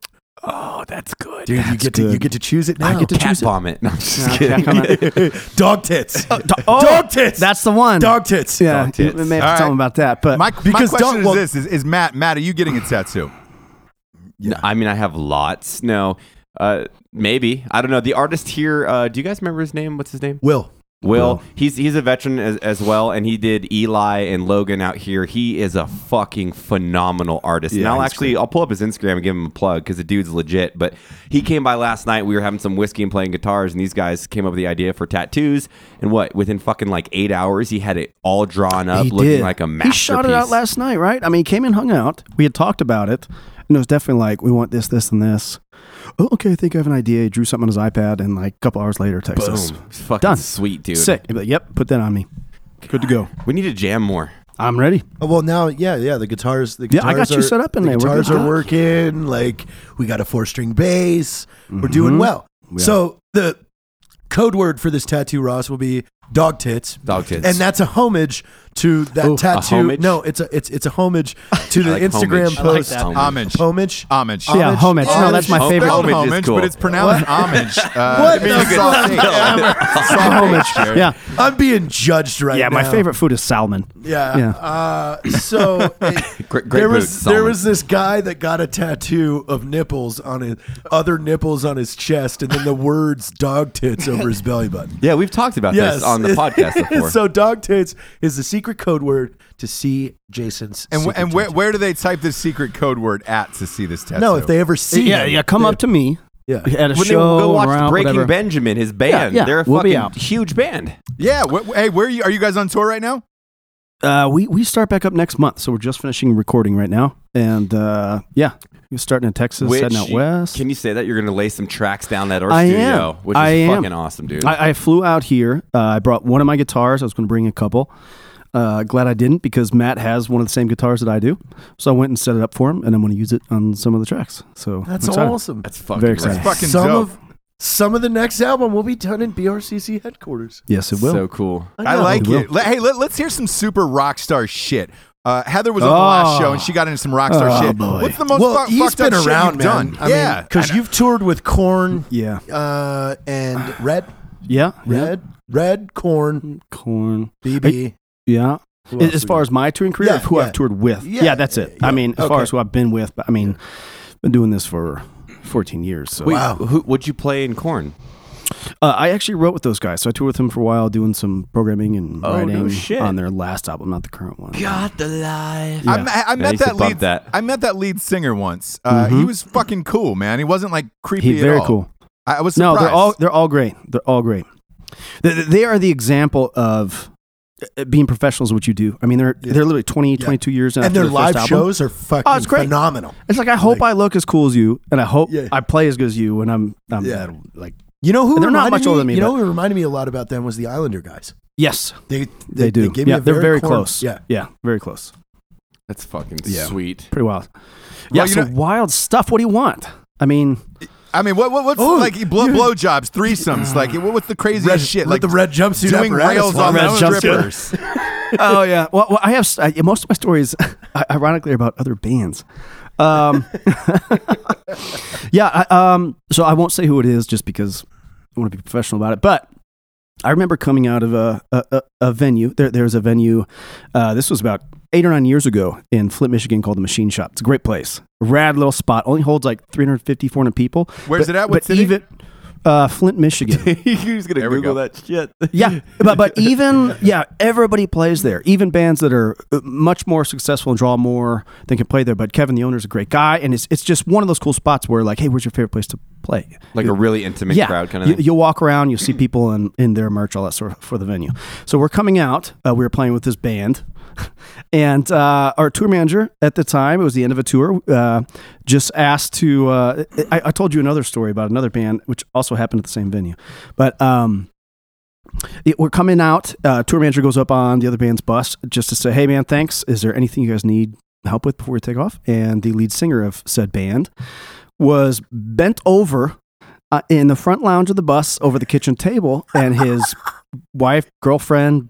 Speaker 5: Oh, that's good.
Speaker 3: Dude, you
Speaker 5: That's
Speaker 3: get to you
Speaker 5: good.
Speaker 3: get to choose it now.
Speaker 2: I get to cat vomit. No, I'm just kidding.
Speaker 5: come on.
Speaker 3: dog tits.
Speaker 5: Do- oh,
Speaker 3: dog tits.
Speaker 5: That's the one.
Speaker 3: dog tits.
Speaker 5: Yeah,
Speaker 2: Dog tits.
Speaker 5: we may have
Speaker 4: All
Speaker 5: to tell
Speaker 4: right.
Speaker 5: him about that. But
Speaker 4: My,
Speaker 3: Because
Speaker 4: my
Speaker 3: don't-
Speaker 4: question
Speaker 3: well-
Speaker 4: is this: is, is Matt? Matt, are you getting a tattoo?
Speaker 2: No, I mean, I have lots. No, uh, maybe I don't know. The artist here. Uh, do you guys remember his name? What's his name?
Speaker 3: Will.
Speaker 2: Will. He's he's a veteran as, as well, and he did Eli and Logan out here. He is a fucking phenomenal artist. and I'll actually I'll pull up his Instagram and give him a plug because the dude's legit. But he came by last night. We were having some whiskey and playing guitars, and these guys came up with the idea for tattoos. And what within fucking like eight hours, he had it all drawn up,
Speaker 5: he
Speaker 2: looking
Speaker 5: did.
Speaker 2: like a
Speaker 5: He
Speaker 2: masterpiece.
Speaker 5: shot it out last night, right? I mean, he came and hung out. We had talked about it, and it was definitely like, we want this, this, and this. Oh, okay, I think I have an idea. He drew something on his iPad, and like a couple hours later, texted us.
Speaker 2: Boom. It's fucking
Speaker 5: Done.
Speaker 2: sweet, dude.
Speaker 5: Sick. He'd be like, yep, put that on me. Good to go.
Speaker 2: We need to jam more.
Speaker 5: I'm ready.
Speaker 3: Oh, well, now, yeah, yeah. The guitars. The
Speaker 5: Yeah,
Speaker 3: guitars
Speaker 5: I got you
Speaker 3: are-
Speaker 5: set up in
Speaker 3: the
Speaker 5: there. We're
Speaker 3: Guitars
Speaker 5: good to
Speaker 3: are
Speaker 5: go.
Speaker 3: working. Like we got a four string bass.
Speaker 5: Mm-hmm.
Speaker 3: We're doing well. So the code word for this tattoo, Ross, will be dog tits.
Speaker 2: Dog tits.
Speaker 3: And that's a homage to that
Speaker 5: Ooh, a
Speaker 3: tattoo.
Speaker 2: homage?
Speaker 3: no, it's a it's it's a homage to the
Speaker 2: like
Speaker 3: Instagram
Speaker 2: homage. I like
Speaker 3: post.
Speaker 2: that.
Speaker 4: Homage,
Speaker 3: Oh. Homage.
Speaker 5: Uh,
Speaker 4: homage.
Speaker 5: Yeah, homage. No, that's my
Speaker 4: Homage.
Speaker 5: favorite.
Speaker 4: Homage,
Speaker 2: Homage is cool.
Speaker 4: but it's pronounced homage. Uh,
Speaker 3: What
Speaker 4: it means
Speaker 3: the
Speaker 4: it's
Speaker 3: fuck?
Speaker 4: sausage. Sausage, Jerry.
Speaker 5: Yeah.
Speaker 3: I'm being judged right
Speaker 5: yeah,
Speaker 3: now.
Speaker 5: my favorite food is salmon.
Speaker 3: Yeah.
Speaker 5: Yeah.
Speaker 3: Uh, so it-
Speaker 2: Great- great
Speaker 3: there was
Speaker 2: boots,
Speaker 3: there
Speaker 2: Solomon.
Speaker 3: was this guy that got a tattoo of nipples on his other nipples on his chest, and then the words "dog tits" over his belly button.
Speaker 2: Yeah, we've talked about
Speaker 3: Yes,
Speaker 2: this on the
Speaker 3: it-
Speaker 2: podcast before.
Speaker 3: so "dog tits" is the secret code word to see Jason's.
Speaker 4: And, wh-
Speaker 3: secret
Speaker 4: and where,
Speaker 3: tattoo.
Speaker 4: where do they type this secret code word at to see this tattoo?
Speaker 3: No, if they ever see.
Speaker 5: Yeah,
Speaker 3: him,
Speaker 5: yeah. Come
Speaker 3: they-
Speaker 5: up to me
Speaker 3: Yeah.
Speaker 5: at a
Speaker 2: when they
Speaker 5: show.
Speaker 2: go watch
Speaker 5: around,
Speaker 2: Breaking
Speaker 5: whatever.
Speaker 2: Benjamin, his band,
Speaker 5: yeah,
Speaker 2: they're a
Speaker 5: we'll be
Speaker 2: fucking
Speaker 5: out.
Speaker 2: huge band.
Speaker 4: Yeah. Wh- wh- hey, where are you? Are you guys on tour right now?
Speaker 5: Uh, we we start back up next month, so we're just finishing recording right now, and uh, yeah, we're starting in Texas,
Speaker 2: Which
Speaker 5: heading out
Speaker 2: you-
Speaker 5: west.
Speaker 2: Can you say that you're going to lay some tracks down at our
Speaker 5: I
Speaker 2: studio,
Speaker 5: am.
Speaker 2: which is
Speaker 5: I am.
Speaker 2: fucking awesome, dude.
Speaker 5: I, I flew out here. Uh, I brought one of my guitars. I was going to bring a couple. Uh, glad I didn't because Matt has one of the same guitars that I do. So I went and set it up for him, and I'm going to use it on some of the tracks. So
Speaker 3: That's
Speaker 5: I'm excited.
Speaker 3: awesome.
Speaker 2: That's fucking
Speaker 5: Very
Speaker 2: rad.
Speaker 5: excited.
Speaker 4: Fucking
Speaker 3: some
Speaker 4: dope.
Speaker 3: of some of the next album will be done in BRCC headquarters.
Speaker 5: Yes, it will.
Speaker 2: So cool.
Speaker 4: I like
Speaker 5: It will.
Speaker 4: it. Let- hey, let, us hear some super rock star shit. Uh, Heather was on the last
Speaker 5: Oh.
Speaker 4: show and she got into some rock star
Speaker 5: Oh,
Speaker 4: shit.
Speaker 5: boy.
Speaker 4: What's the most
Speaker 3: well,
Speaker 4: fu-
Speaker 3: he's
Speaker 4: fucked up
Speaker 3: been
Speaker 4: shit
Speaker 3: around,
Speaker 4: you've
Speaker 3: man.
Speaker 4: done?
Speaker 3: I
Speaker 4: yeah, uh,
Speaker 3: because you've toured with Corn,
Speaker 5: Yeah.
Speaker 3: uh, and Red,
Speaker 5: Yeah.
Speaker 3: Red, Red Corn,
Speaker 5: Corn.
Speaker 3: BB.
Speaker 5: Yeah.
Speaker 3: Who else
Speaker 5: As
Speaker 3: we
Speaker 5: far
Speaker 3: got?
Speaker 5: as my touring career,
Speaker 3: Yeah,
Speaker 5: of who
Speaker 3: yeah.
Speaker 5: I've toured with.
Speaker 3: Yeah,
Speaker 5: Yeah, that's it.
Speaker 3: yeah,
Speaker 5: I mean, as
Speaker 3: okay.
Speaker 5: far as who I've been with, but I mean, been doing this for 14 years. So
Speaker 2: Wait,
Speaker 3: Wow.
Speaker 2: who would you play in Corn?
Speaker 5: uh, I actually wrote with those guys. So I toured with them for a while, doing some programming and
Speaker 2: Oh, no
Speaker 5: writing
Speaker 2: shit.
Speaker 5: on their last album, not the current one.
Speaker 2: Got the life.
Speaker 5: Yeah.
Speaker 4: I, met- I
Speaker 2: I
Speaker 4: met
Speaker 2: used to
Speaker 4: that
Speaker 2: bump
Speaker 4: lead.
Speaker 2: that.
Speaker 4: I met that lead singer once. Uh,
Speaker 3: Mm-hmm.
Speaker 4: He was fucking cool, man. He wasn't like creepy.
Speaker 5: He's very
Speaker 4: at all.
Speaker 5: cool.
Speaker 4: I, I was
Speaker 5: No,
Speaker 4: surprised.
Speaker 5: they're all they're all great. They're all great. They, they- they are the example of uh, being professionals. in What you do. I mean, they're they're literally 20, 22 years
Speaker 3: and
Speaker 5: after
Speaker 3: their
Speaker 5: their
Speaker 3: live
Speaker 5: first album.
Speaker 3: shows are fucking
Speaker 5: Oh, it's great.
Speaker 3: phenomenal.
Speaker 5: It's like I hope I look as cool as you, and I hope
Speaker 3: Yeah.
Speaker 5: I play as good as you when I'm. I'm
Speaker 3: Yeah.
Speaker 5: Like
Speaker 3: You know who
Speaker 5: And they're not
Speaker 3: reminded
Speaker 5: much older than me,
Speaker 3: You know
Speaker 5: but-
Speaker 3: who reminded me a lot about them was the Islander guys.
Speaker 5: yes,
Speaker 3: They they,
Speaker 5: they, do.
Speaker 3: They gave
Speaker 5: yeah,
Speaker 3: me a
Speaker 5: they're very
Speaker 3: Korn-
Speaker 5: close.
Speaker 3: Yeah,
Speaker 5: yeah, very close.
Speaker 2: That's fucking
Speaker 5: Yeah.
Speaker 2: sweet.
Speaker 5: Pretty wild. Yeah,
Speaker 4: you
Speaker 5: so
Speaker 4: know-
Speaker 5: wild stuff. What do you want? I mean,
Speaker 4: I mean, what, what what's
Speaker 3: Oh, Ah.
Speaker 4: like blow blowjobs, threesomes, like what, what's the craziest
Speaker 3: Red-
Speaker 4: shit?
Speaker 3: with
Speaker 4: Like
Speaker 3: the red jumpsuit
Speaker 4: doing
Speaker 3: apparatus Oh,
Speaker 4: rails
Speaker 3: one.
Speaker 4: on
Speaker 5: Red
Speaker 4: those
Speaker 5: jumpsuit.
Speaker 4: rippers.
Speaker 5: oh yeah. Well, well I have s- I, most of my stories, ironically, are about other bands. Um, yeah. I, um, so I won't say who it is, just because I want to be professional about it. But I remember coming out of a a, a, a venue. There, there was a venue. Uh, this was about eight or nine years ago in Flint, Michigan, called the Machine Shop. It's a great place. Rad little spot. Only holds like 350, 400 people.
Speaker 4: Where's
Speaker 5: But-
Speaker 4: it at? What
Speaker 5: but
Speaker 4: city?
Speaker 5: even uh, Flint, Michigan.
Speaker 2: He's gonna
Speaker 4: There we
Speaker 2: Google
Speaker 4: go.
Speaker 2: that shit.
Speaker 5: Yeah, but but even yeah, everybody plays there. Even bands that are uh, much more successful and draw more, they can play there. But Kevin, the owner, is a great guy, and it's it's just one of those cool spots where like, hey, where's your favorite place to play?
Speaker 2: Like a really intimate
Speaker 5: yeah,
Speaker 2: crowd kind of
Speaker 5: you,
Speaker 2: thing.
Speaker 5: You'll walk around, you'll see people in, in their merch, all that sort of for the venue. So we're coming out. Uh, we were playing with this band, and uh, our tour manager at the time, it was the end of a tour, uh, just asked to. Uh, I, I told you another story about another band, which also happened at the same venue, but. Um, it, we're coming out. Uh, tour manager goes up on the other band's bus just to say, "Hey, man, thanks. Is there anything you guys need help with before we take off?" And the lead singer of said band was bent over uh, in the front lounge of the bus over the kitchen table, and his wife, girlfriend,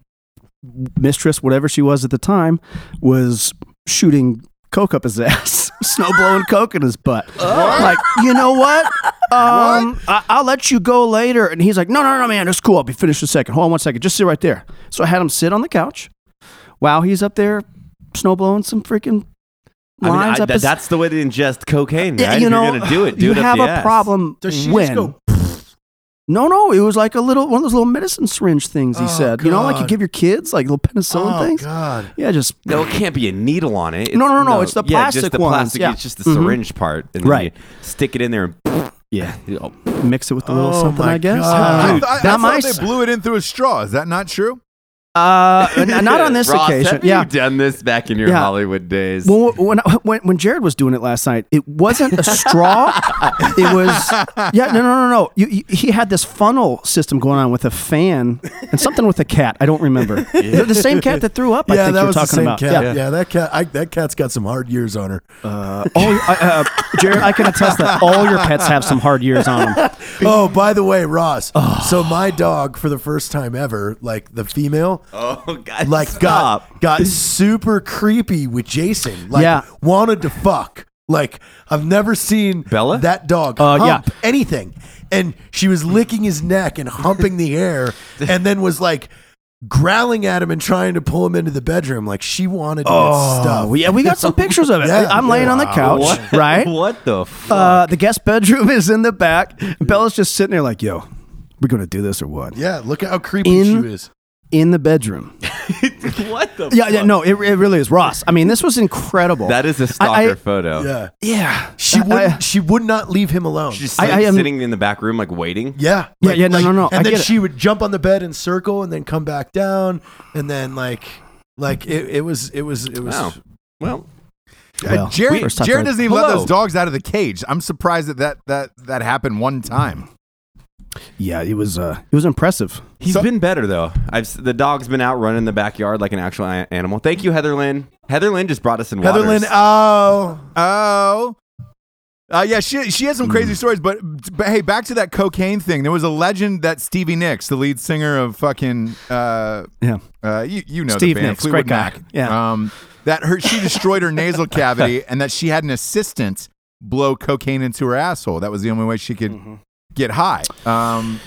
Speaker 5: mistress, whatever she was at the time, was shooting coke up his ass, snow blowing coke in his butt. Like, you know what? Um, I- I'll let you go later. And he's like, no, no, no, man, it's cool. I'll be finished in a second. Hold on one second. Just sit right there. So I had him sit on the couch while he's up there snow blowing some freaking
Speaker 2: I mean,
Speaker 5: lines
Speaker 2: I-
Speaker 5: up
Speaker 2: that-
Speaker 5: his
Speaker 2: that's the way to ingest cocaine,
Speaker 5: yeah,
Speaker 2: right?
Speaker 5: you
Speaker 2: If
Speaker 5: know,
Speaker 2: you're gonna do it. Do
Speaker 5: you
Speaker 2: it up
Speaker 5: have
Speaker 2: the
Speaker 5: a
Speaker 2: ass.
Speaker 5: problem
Speaker 3: Does she
Speaker 5: when.
Speaker 3: just go?
Speaker 5: no, no, it was like a little one of those little medicine syringe things. He
Speaker 3: Oh,
Speaker 5: said, you know, like you
Speaker 3: God.
Speaker 5: give your kids like little penicillin
Speaker 3: Oh
Speaker 5: things.
Speaker 3: God!
Speaker 5: Yeah, just
Speaker 2: No, it can't be a needle on it. It's-
Speaker 5: no, no, no, it's the
Speaker 2: yeah, just
Speaker 5: plastic
Speaker 2: the
Speaker 5: ones,
Speaker 2: plastic.
Speaker 5: yeah.
Speaker 2: It's just the
Speaker 5: Mhm.
Speaker 2: syringe part, and then
Speaker 5: Right.
Speaker 2: you stick it in there. And
Speaker 5: yeah,
Speaker 2: you know,
Speaker 5: mix it with a little
Speaker 3: Oh,
Speaker 5: something.
Speaker 3: my
Speaker 5: I guess.
Speaker 3: God.
Speaker 4: I,
Speaker 5: I don't
Speaker 4: th-
Speaker 5: know.
Speaker 4: I, I
Speaker 5: Not
Speaker 4: thought
Speaker 5: my s-
Speaker 4: they blew it in through a straw. Is that not true?
Speaker 5: uh, n- not on this
Speaker 2: Ross,
Speaker 5: occasion.
Speaker 2: Have
Speaker 5: Yeah.
Speaker 2: you done this back in your
Speaker 5: Yeah.
Speaker 2: Hollywood days?
Speaker 5: Well, when, when when Jared was doing it last night, it wasn't a straw. it was yeah, no, no, no, no. You, you, he had this funnel system going on with a fan and something with a cat. I don't remember. They're The same cat that threw up. I
Speaker 3: Yeah,
Speaker 5: think
Speaker 3: that
Speaker 5: you're
Speaker 3: was the
Speaker 5: talking
Speaker 3: same
Speaker 5: about.
Speaker 3: cat. Yeah. that cat. I, that cat's got some hard years on her.
Speaker 5: All, uh, uh, Jared, I can attest that all your pets have some hard years on them.
Speaker 3: Oh, by the way, Ross. So my dog, for the first time ever, like the female,
Speaker 2: oh God,
Speaker 3: like
Speaker 2: stop.
Speaker 3: got got super creepy with Jason. Like
Speaker 5: Yeah.
Speaker 3: wanted to fuck. Like I've never seen
Speaker 2: Bella?
Speaker 3: that dog
Speaker 5: Uh,
Speaker 3: hump
Speaker 5: yeah.
Speaker 3: anything. And she was licking his neck and humping the air and then was like growling at him and trying to pull him into the bedroom. Like she wanted to get stuff.
Speaker 5: Oh, yeah, we got some pictures of it.
Speaker 3: Yeah.
Speaker 5: I'm laying on the couch,
Speaker 2: What?
Speaker 5: right?
Speaker 2: What the fuck?
Speaker 5: Uh, the guest bedroom is in the back. Bella's just sitting there like, yo, we're going to do this or what?
Speaker 3: Yeah, look at how creepy
Speaker 5: In-
Speaker 3: she is.
Speaker 5: In the bedroom.
Speaker 2: what the?
Speaker 5: Yeah, yeah, no, it, it really is. Ross, I mean, this was incredible.
Speaker 2: That is a stalker
Speaker 5: I- I-
Speaker 2: photo.
Speaker 3: Yeah.
Speaker 5: yeah.
Speaker 3: She
Speaker 5: I- I-
Speaker 3: wouldn't she would not leave him alone.
Speaker 2: She's
Speaker 5: I-
Speaker 2: like
Speaker 5: I am-
Speaker 2: sitting in the back room, like waiting.
Speaker 3: yeah.
Speaker 5: Yeah, yeah, no, no, no,
Speaker 3: And
Speaker 5: I
Speaker 3: then
Speaker 5: get it.
Speaker 3: she would jump on the bed and circle and then come back down and then like like it, it was it was it was
Speaker 2: Wow. Well,
Speaker 5: Well,
Speaker 4: Uh, Jared,
Speaker 5: first time
Speaker 4: Jared
Speaker 5: for-
Speaker 4: doesn't even let
Speaker 2: Hello.
Speaker 4: those dogs out of the cage. I'm surprised that that that, that happened one time.
Speaker 5: Yeah, it was uh, it was impressive.
Speaker 2: He's
Speaker 4: So-
Speaker 2: been better though. I've s- the dog's been out running in the backyard like an actual a- animal. Thank you, Heather Lynn. Heather Lynn just brought us in.
Speaker 3: Heather
Speaker 2: waters.
Speaker 3: Lynn, oh
Speaker 4: Oh. Uh, yeah, she she has some
Speaker 3: Hmm.
Speaker 4: crazy stories, but, but hey, back to that cocaine thing. There was a legend that Stevie Nicks, the lead singer of fucking uh,
Speaker 5: Yeah.
Speaker 4: uh, you, you know
Speaker 5: Steve
Speaker 4: the band
Speaker 5: Nicks,
Speaker 4: Fleetwood
Speaker 5: great guy.
Speaker 4: Mac.
Speaker 5: Yeah.
Speaker 4: Um, that her she destroyed her nasal cavity and that she had an assistant blow cocaine into her asshole. That was the only way she could get high. Um,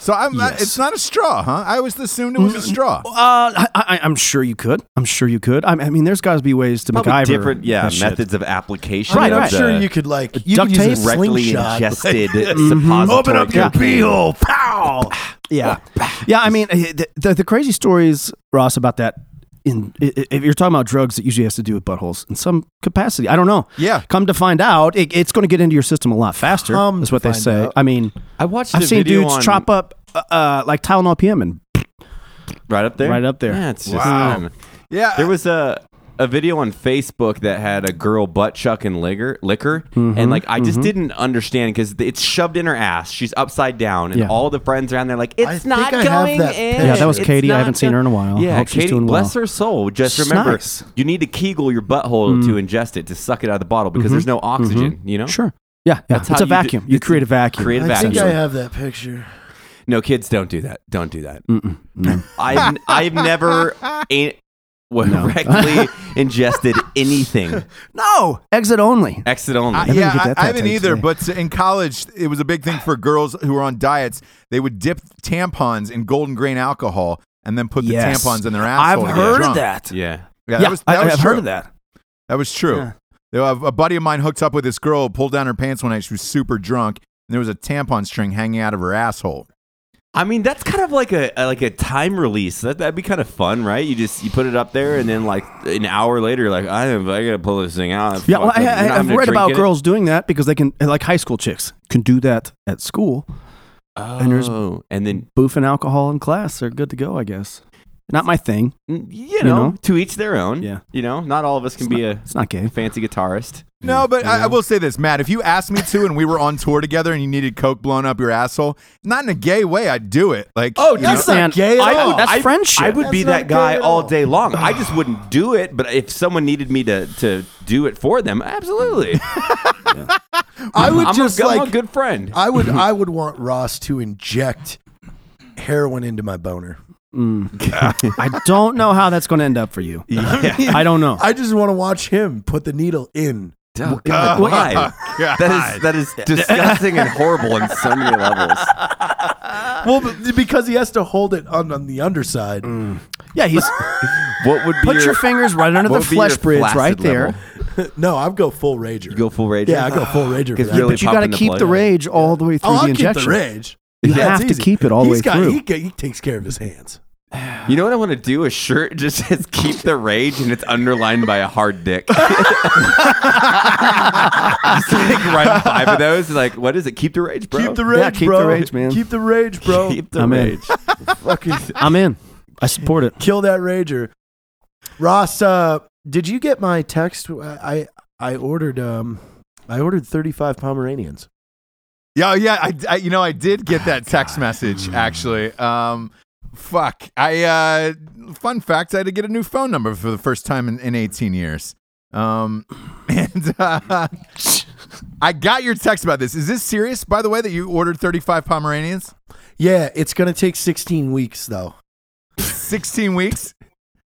Speaker 4: so I'm not,
Speaker 5: Yes.
Speaker 4: it's not a straw, huh? I always assumed it was a straw.
Speaker 5: Uh, I, I, I'm sure you could. I'm sure you could. I, I mean, there's got to be ways to
Speaker 2: Probably
Speaker 5: MacGyver
Speaker 2: different, yeah,
Speaker 5: that shit.
Speaker 2: methods of application.
Speaker 5: Right,
Speaker 2: of
Speaker 5: right.
Speaker 2: the
Speaker 3: sure you could like you
Speaker 5: duct
Speaker 3: could use a
Speaker 5: tape?
Speaker 2: rectally
Speaker 3: slingshot.
Speaker 2: ingested suppository
Speaker 3: Open up your
Speaker 2: cocaine.
Speaker 3: pee hole, pow!
Speaker 5: Yeah, yeah. I mean, eh, the, the, the crazy stories, Ross, about that. In i- i- if you're talking about drugs, it usually has to do with buttholes in some capacity. I don't know.
Speaker 4: Yeah.
Speaker 5: Come to find out, it, it's going to get into your system a lot faster.
Speaker 3: Come
Speaker 5: is
Speaker 3: to
Speaker 5: what they
Speaker 3: find
Speaker 5: say.
Speaker 3: out.
Speaker 5: I mean,
Speaker 2: I watched.
Speaker 5: I've
Speaker 2: a
Speaker 5: seen
Speaker 2: video
Speaker 5: dudes
Speaker 2: on-
Speaker 5: chop up uh, uh, like Tylenol PM and
Speaker 2: right up there.
Speaker 5: right up there.
Speaker 2: Yeah, it's just.
Speaker 4: Wow.
Speaker 2: um,
Speaker 4: Yeah,
Speaker 2: There was a a video on Facebook that had a girl butt chucking liquor, liquor, and like I just didn't understand because it's shoved in her ass. She's upside down, and
Speaker 5: Yeah.
Speaker 2: all the friends around there like it's
Speaker 3: think
Speaker 2: not
Speaker 3: I have
Speaker 2: going
Speaker 3: that
Speaker 2: in.
Speaker 3: picture.
Speaker 5: Yeah, that was
Speaker 2: It's
Speaker 5: Katie. I
Speaker 2: not
Speaker 5: haven't seen
Speaker 2: go-"
Speaker 5: her in a while. I
Speaker 2: Yeah,
Speaker 5: hope she's
Speaker 2: Katie,
Speaker 5: doing well.
Speaker 2: bless her soul. Just
Speaker 5: She's
Speaker 2: remember,
Speaker 5: nice.
Speaker 2: you need to Kegel your butthole to ingest it to suck it out of the bottle because there's no oxygen. You know,
Speaker 5: Sure. Yeah, yeah.
Speaker 2: That's
Speaker 5: it's
Speaker 2: how
Speaker 5: a
Speaker 2: you do-
Speaker 5: vacuum. you
Speaker 2: it's-
Speaker 5: create a vacuum.
Speaker 2: create a
Speaker 3: I think
Speaker 2: vacuum.
Speaker 3: I have that picture.
Speaker 2: No kids, don't do that. Don't do that.
Speaker 5: Mm-mm, no.
Speaker 2: I've I've never an- well, rectly ingested anything.
Speaker 5: no, exit only.
Speaker 2: Exit only.
Speaker 4: I,
Speaker 5: didn't
Speaker 4: yeah,
Speaker 5: get
Speaker 4: I,
Speaker 5: that
Speaker 4: I haven't
Speaker 5: tattoo
Speaker 4: either.
Speaker 5: today.
Speaker 4: But in college, it was a big thing for girls who were on diets. They would dip tampons in golden grain alcohol and then put the
Speaker 5: Yes.
Speaker 4: tampons in their asshole. to get drunk.
Speaker 5: that.
Speaker 2: yeah.
Speaker 4: Yeah,
Speaker 5: Yeah,
Speaker 4: that was, that
Speaker 5: I,
Speaker 4: was
Speaker 5: I've
Speaker 4: true.
Speaker 5: heard of that.
Speaker 4: That was true.
Speaker 5: Yeah.
Speaker 4: There- A a buddy of mine hooked up with this girl, pulled down her pants one night. She was super drunk, and there was a tampon string hanging out of her asshole.
Speaker 2: I mean, that's kind of like a a- like a time release. That that'd be kind of fun, right? You just you put it up there, and then like an hour later, like I am, I gotta pull this thing out.
Speaker 5: Yeah, well,
Speaker 2: Fuck,
Speaker 5: I,
Speaker 2: I'm not
Speaker 5: I, I've
Speaker 2: gonna
Speaker 5: read
Speaker 2: drink
Speaker 5: about
Speaker 2: it.
Speaker 5: girls doing that because they can, like high school chicks, can do that at school.
Speaker 2: Oh,
Speaker 5: and
Speaker 2: and,
Speaker 5: there's-
Speaker 2: then
Speaker 5: Boofing alcohol in class, they're good to go, I guess. Not my thing.
Speaker 2: mm, you know,
Speaker 5: know?
Speaker 2: to each their own.
Speaker 5: Yeah.
Speaker 2: you know, not all of us can be
Speaker 5: It's not
Speaker 2: a
Speaker 5: gay.
Speaker 2: fancy guitarist.
Speaker 4: No, but I, I will say this, Matt. If you asked me to, and we were on tour together, and you needed coke blown up your asshole, not in a gay way, I'd do it. Like,
Speaker 2: Oh,
Speaker 4: you know,
Speaker 2: that's
Speaker 5: Man,
Speaker 3: gay at
Speaker 5: I
Speaker 3: all.
Speaker 5: would- that's
Speaker 2: I-
Speaker 5: friendship.
Speaker 2: I would be
Speaker 3: That's
Speaker 2: that
Speaker 3: not
Speaker 2: guy
Speaker 3: good at
Speaker 2: all
Speaker 3: all.
Speaker 2: day long. I just wouldn't do it, but if someone needed me to to do it for them, absolutely.
Speaker 3: I would
Speaker 2: I'm,
Speaker 3: just
Speaker 2: a, I'm a
Speaker 3: like
Speaker 2: good friend.
Speaker 3: I would I would want Ross to inject heroin into my boner.
Speaker 5: I don't know how that's going to end up for you. I don't know.
Speaker 3: I just want to watch him put the needle in.
Speaker 2: Oh, God, why? That is that is disgusting and horrible on so many levels.
Speaker 5: Uh,
Speaker 3: Well, b- because he has to hold it on, on the underside.
Speaker 2: Mm.
Speaker 5: Yeah, he's
Speaker 2: What would be
Speaker 5: put your fingers right under the
Speaker 2: what would be your
Speaker 5: flesh bridge
Speaker 2: flaccid
Speaker 5: right there.
Speaker 2: level?
Speaker 3: No, I'd go full rager.
Speaker 2: Go full rage.
Speaker 3: yeah, I go full rager. For
Speaker 2: Because
Speaker 3: that.
Speaker 2: really
Speaker 5: But you got to
Speaker 2: pumping the
Speaker 5: keep
Speaker 2: blood.
Speaker 5: the rage all the way through
Speaker 3: oh,
Speaker 5: the
Speaker 3: I'll keep
Speaker 5: injection.
Speaker 3: the rage.
Speaker 5: You
Speaker 3: Yeah, it's
Speaker 5: have to
Speaker 3: easy.
Speaker 5: keep it all the
Speaker 3: He's
Speaker 5: way
Speaker 3: got,
Speaker 5: through.
Speaker 3: He, ca- he takes care of his hands.
Speaker 2: You know what I want to do? A shirt just says "Keep the Rage" and it's underlined by a hard dick. just like write five of those. Like, what is it? Keep the rage, bro.
Speaker 3: Keep the rage,
Speaker 5: Yeah, keep the
Speaker 3: bro.
Speaker 5: rage, man.
Speaker 3: Keep the rage, bro.
Speaker 2: Keep the
Speaker 5: I'm in.
Speaker 2: rage.
Speaker 3: Fucking
Speaker 5: I'm in. I support it.
Speaker 3: kill that rager. Ross, uh, did you get my text? I I, I ordered um I ordered thirty five Pomeranians.
Speaker 4: Yeah, oh, yeah. I, I- you know, I did
Speaker 5: Oh,
Speaker 4: get that text
Speaker 5: Hmm.
Speaker 4: message actually. Um, fuck. I uh, fun fact, I had to get a new phone number for the first time in, in 18 years. Um, and uh, I got your text about this. Is this serious? By the way, that you ordered 35 Pomeranians,
Speaker 3: Yeah, it's gonna take sixteen weeks though.
Speaker 4: 16 weeks.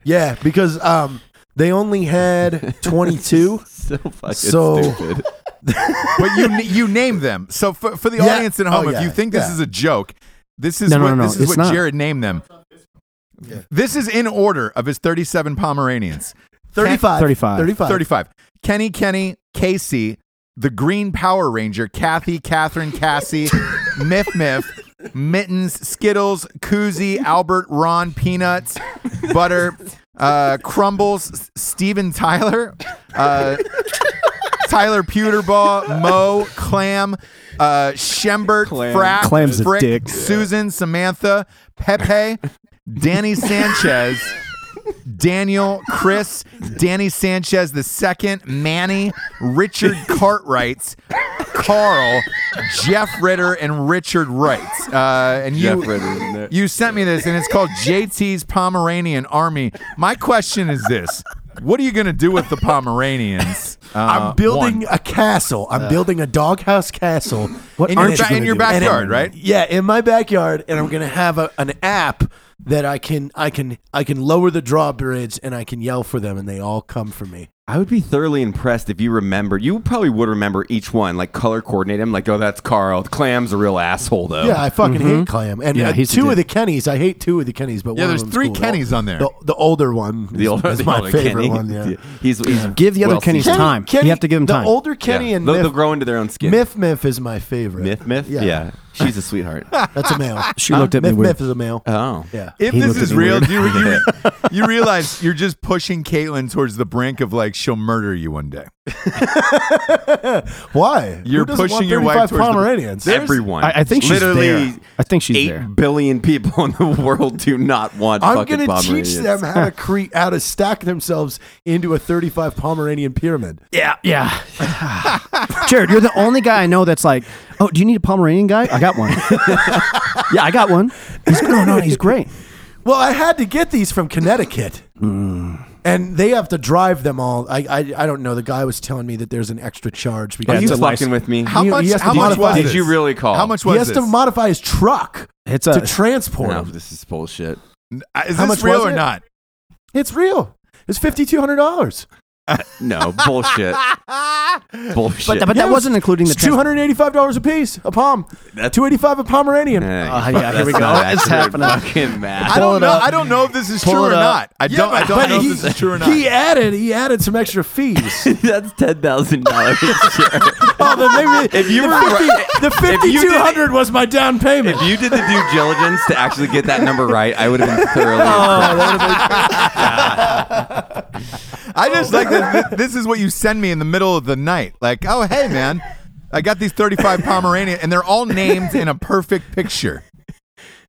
Speaker 3: Yeah, because um they only had twenty two.
Speaker 2: so fucking
Speaker 3: So-
Speaker 2: stupid.
Speaker 4: But you n- you named them. So for, for the
Speaker 3: Yeah.
Speaker 4: audience at home,
Speaker 3: Oh,
Speaker 4: if
Speaker 3: yeah,
Speaker 4: you think this
Speaker 3: yeah.
Speaker 4: is a joke, this is
Speaker 5: No, no,
Speaker 4: what
Speaker 5: no, no,
Speaker 4: this is
Speaker 5: it's
Speaker 4: what
Speaker 5: not.
Speaker 4: Jared named them. This is in order of his 37 Pomeranians.
Speaker 3: 35.
Speaker 5: 35.
Speaker 3: 35.
Speaker 4: 35. Kenny, Kenny, Casey, the Green Power Ranger, Kathy, Catherine, Cassie, Miff, Miff, Mittens, Skittles, Koozie, Albert, Ron, Peanuts, Butter, uh, Crumbles, S- Steven Tyler, uh, Tyler Pewterball, Mo, Clam, uh, Shembert,
Speaker 2: Clam.
Speaker 4: Frack,
Speaker 5: Clam's a
Speaker 4: Frick,
Speaker 5: dick.
Speaker 4: Susan, Samantha, Pepe, Danny Sanchez. Daniel, Chris, Danny Sanchez the second, Manny, Richard Cartwright, Carl, Jeff Ritter, and Richard Wright. Uh, and you,
Speaker 2: Jeff Ritter's in there.
Speaker 4: you sent me this, and it's called JT's Pomeranian Army. My question is this: What are you going to do with the Pomeranians? Uh,
Speaker 3: I'm building
Speaker 4: one.
Speaker 3: a castle. I'm building a doghouse castle.
Speaker 5: What
Speaker 4: in your,
Speaker 5: aren't you
Speaker 4: ba- in
Speaker 5: gonna
Speaker 4: your
Speaker 5: do?
Speaker 4: backyard,
Speaker 3: And it-
Speaker 4: right?
Speaker 3: Yeah, in my backyard, and I'm gonna have a, an app that I can I can I can lower the drawbridge and I can yell for them and they all come for me.
Speaker 2: I would be thoroughly impressed if you remembered. You probably would remember each one, like color coordinate them. Like, oh, that's Carl. Clam's a real asshole, though.
Speaker 3: Yeah, I fucking hate Clam and
Speaker 5: Yeah,
Speaker 3: uh,
Speaker 5: he's a
Speaker 3: two of the
Speaker 5: dick.
Speaker 3: Kennys. I hate two of the Kennys, but
Speaker 4: Yeah,
Speaker 3: one
Speaker 4: there's
Speaker 3: of them's
Speaker 4: three
Speaker 3: cool.
Speaker 4: Kennys on there.
Speaker 3: The, the older one,
Speaker 2: the older,
Speaker 3: is
Speaker 2: the
Speaker 3: my
Speaker 2: older
Speaker 3: favorite
Speaker 2: Kenny.
Speaker 3: one. Yeah.
Speaker 2: He's, he's
Speaker 5: Give the other
Speaker 2: well
Speaker 5: Kennys
Speaker 2: seasoned.
Speaker 5: time. You have to give 'em time.
Speaker 3: The older Kenny and
Speaker 2: they'll,
Speaker 3: Miff,
Speaker 2: they'll grow into their own skin.
Speaker 3: Miff Miff is my favorite.
Speaker 2: Miff, Miff? Yeah. She's a sweetheart.
Speaker 3: that's a male.
Speaker 5: She looked at me
Speaker 3: Miff
Speaker 5: weird.
Speaker 3: Miff is a male.
Speaker 2: oh.
Speaker 3: yeah,
Speaker 4: If
Speaker 5: He
Speaker 4: this
Speaker 5: looked at
Speaker 4: is
Speaker 5: me
Speaker 4: real,
Speaker 5: weird.
Speaker 4: do you, you, you realize you're just pushing Caitlyn towards the brink of like she'll murder you one day.
Speaker 3: why?
Speaker 4: You're
Speaker 3: Who doesn't want
Speaker 4: pushing your
Speaker 3: 35
Speaker 4: wife towards the-
Speaker 3: Pomeranians.
Speaker 2: Everyone.
Speaker 5: I, I think she's
Speaker 2: Literally
Speaker 5: there. I think she's
Speaker 2: Eight
Speaker 5: there.
Speaker 2: billion people in the world do not want
Speaker 3: I'm
Speaker 2: fucking
Speaker 3: gonna teach
Speaker 2: Pomeranians.
Speaker 3: them how to create how to stack themselves into a 35 Pomeranian pyramid.
Speaker 5: Yeah, yeah. Jared, you're the only guy I know that's like, oh, do you need a Pomeranian guy? I got one. yeah, I got one. He's, no, no, he's great.
Speaker 3: Well, I had to get these from Connecticut. Hmm. And they have to drive them all. I, I I don't know. The guy was telling me that there's an extra charge.
Speaker 2: Are
Speaker 3: because
Speaker 2: you
Speaker 3: to
Speaker 2: fucking
Speaker 3: like-
Speaker 2: with me?
Speaker 4: How
Speaker 3: He-
Speaker 4: much?
Speaker 3: he has
Speaker 4: how
Speaker 3: to
Speaker 4: much
Speaker 3: modify
Speaker 4: was
Speaker 3: it.
Speaker 2: Did
Speaker 4: this?
Speaker 2: you really call?
Speaker 4: How much
Speaker 3: He
Speaker 4: was
Speaker 3: has
Speaker 4: this?
Speaker 3: to modify his truck
Speaker 5: It's
Speaker 3: to
Speaker 5: a
Speaker 3: transport.
Speaker 2: No,
Speaker 3: them.
Speaker 2: this is bullshit.
Speaker 4: Uh, is
Speaker 3: how
Speaker 4: this
Speaker 3: much
Speaker 4: real
Speaker 3: was
Speaker 4: or
Speaker 3: it?
Speaker 4: not?
Speaker 3: It's real. It's fifty two hundred dollars.
Speaker 2: No, bullshit. bullshit.
Speaker 5: but, but that wasn't including the
Speaker 3: It's two hundred eighty five dollars a piece. A palm.
Speaker 2: That's-
Speaker 3: Two eighty five a Pomeranian.
Speaker 5: Oh, yeah, here we go. It's happening.
Speaker 2: Fucking math.
Speaker 4: I
Speaker 5: Pull
Speaker 4: don't
Speaker 5: it
Speaker 4: know.
Speaker 5: up.
Speaker 4: I don't know if this is
Speaker 5: Pull
Speaker 4: true
Speaker 5: it
Speaker 4: or
Speaker 5: up.
Speaker 4: not. I don't. I don't
Speaker 3: but
Speaker 4: know
Speaker 3: he-
Speaker 4: if this is true or not.
Speaker 3: He added he added some extra fees.
Speaker 2: That's ten thousand dollars.
Speaker 3: oh, then maybe
Speaker 2: If you
Speaker 3: the
Speaker 2: were right-
Speaker 3: the
Speaker 2: if
Speaker 3: fifty
Speaker 2: you
Speaker 3: two
Speaker 2: did-
Speaker 3: hundred was my down payment.
Speaker 2: If you did the due diligence to actually get that number right, I would have been thoroughly.
Speaker 3: Oh,
Speaker 2: impressed.
Speaker 4: I just like that. th- This is what you send me in the middle of the night. Like, oh hey man, I got these thirty-five Pomeranian, and they're all named in a perfect picture.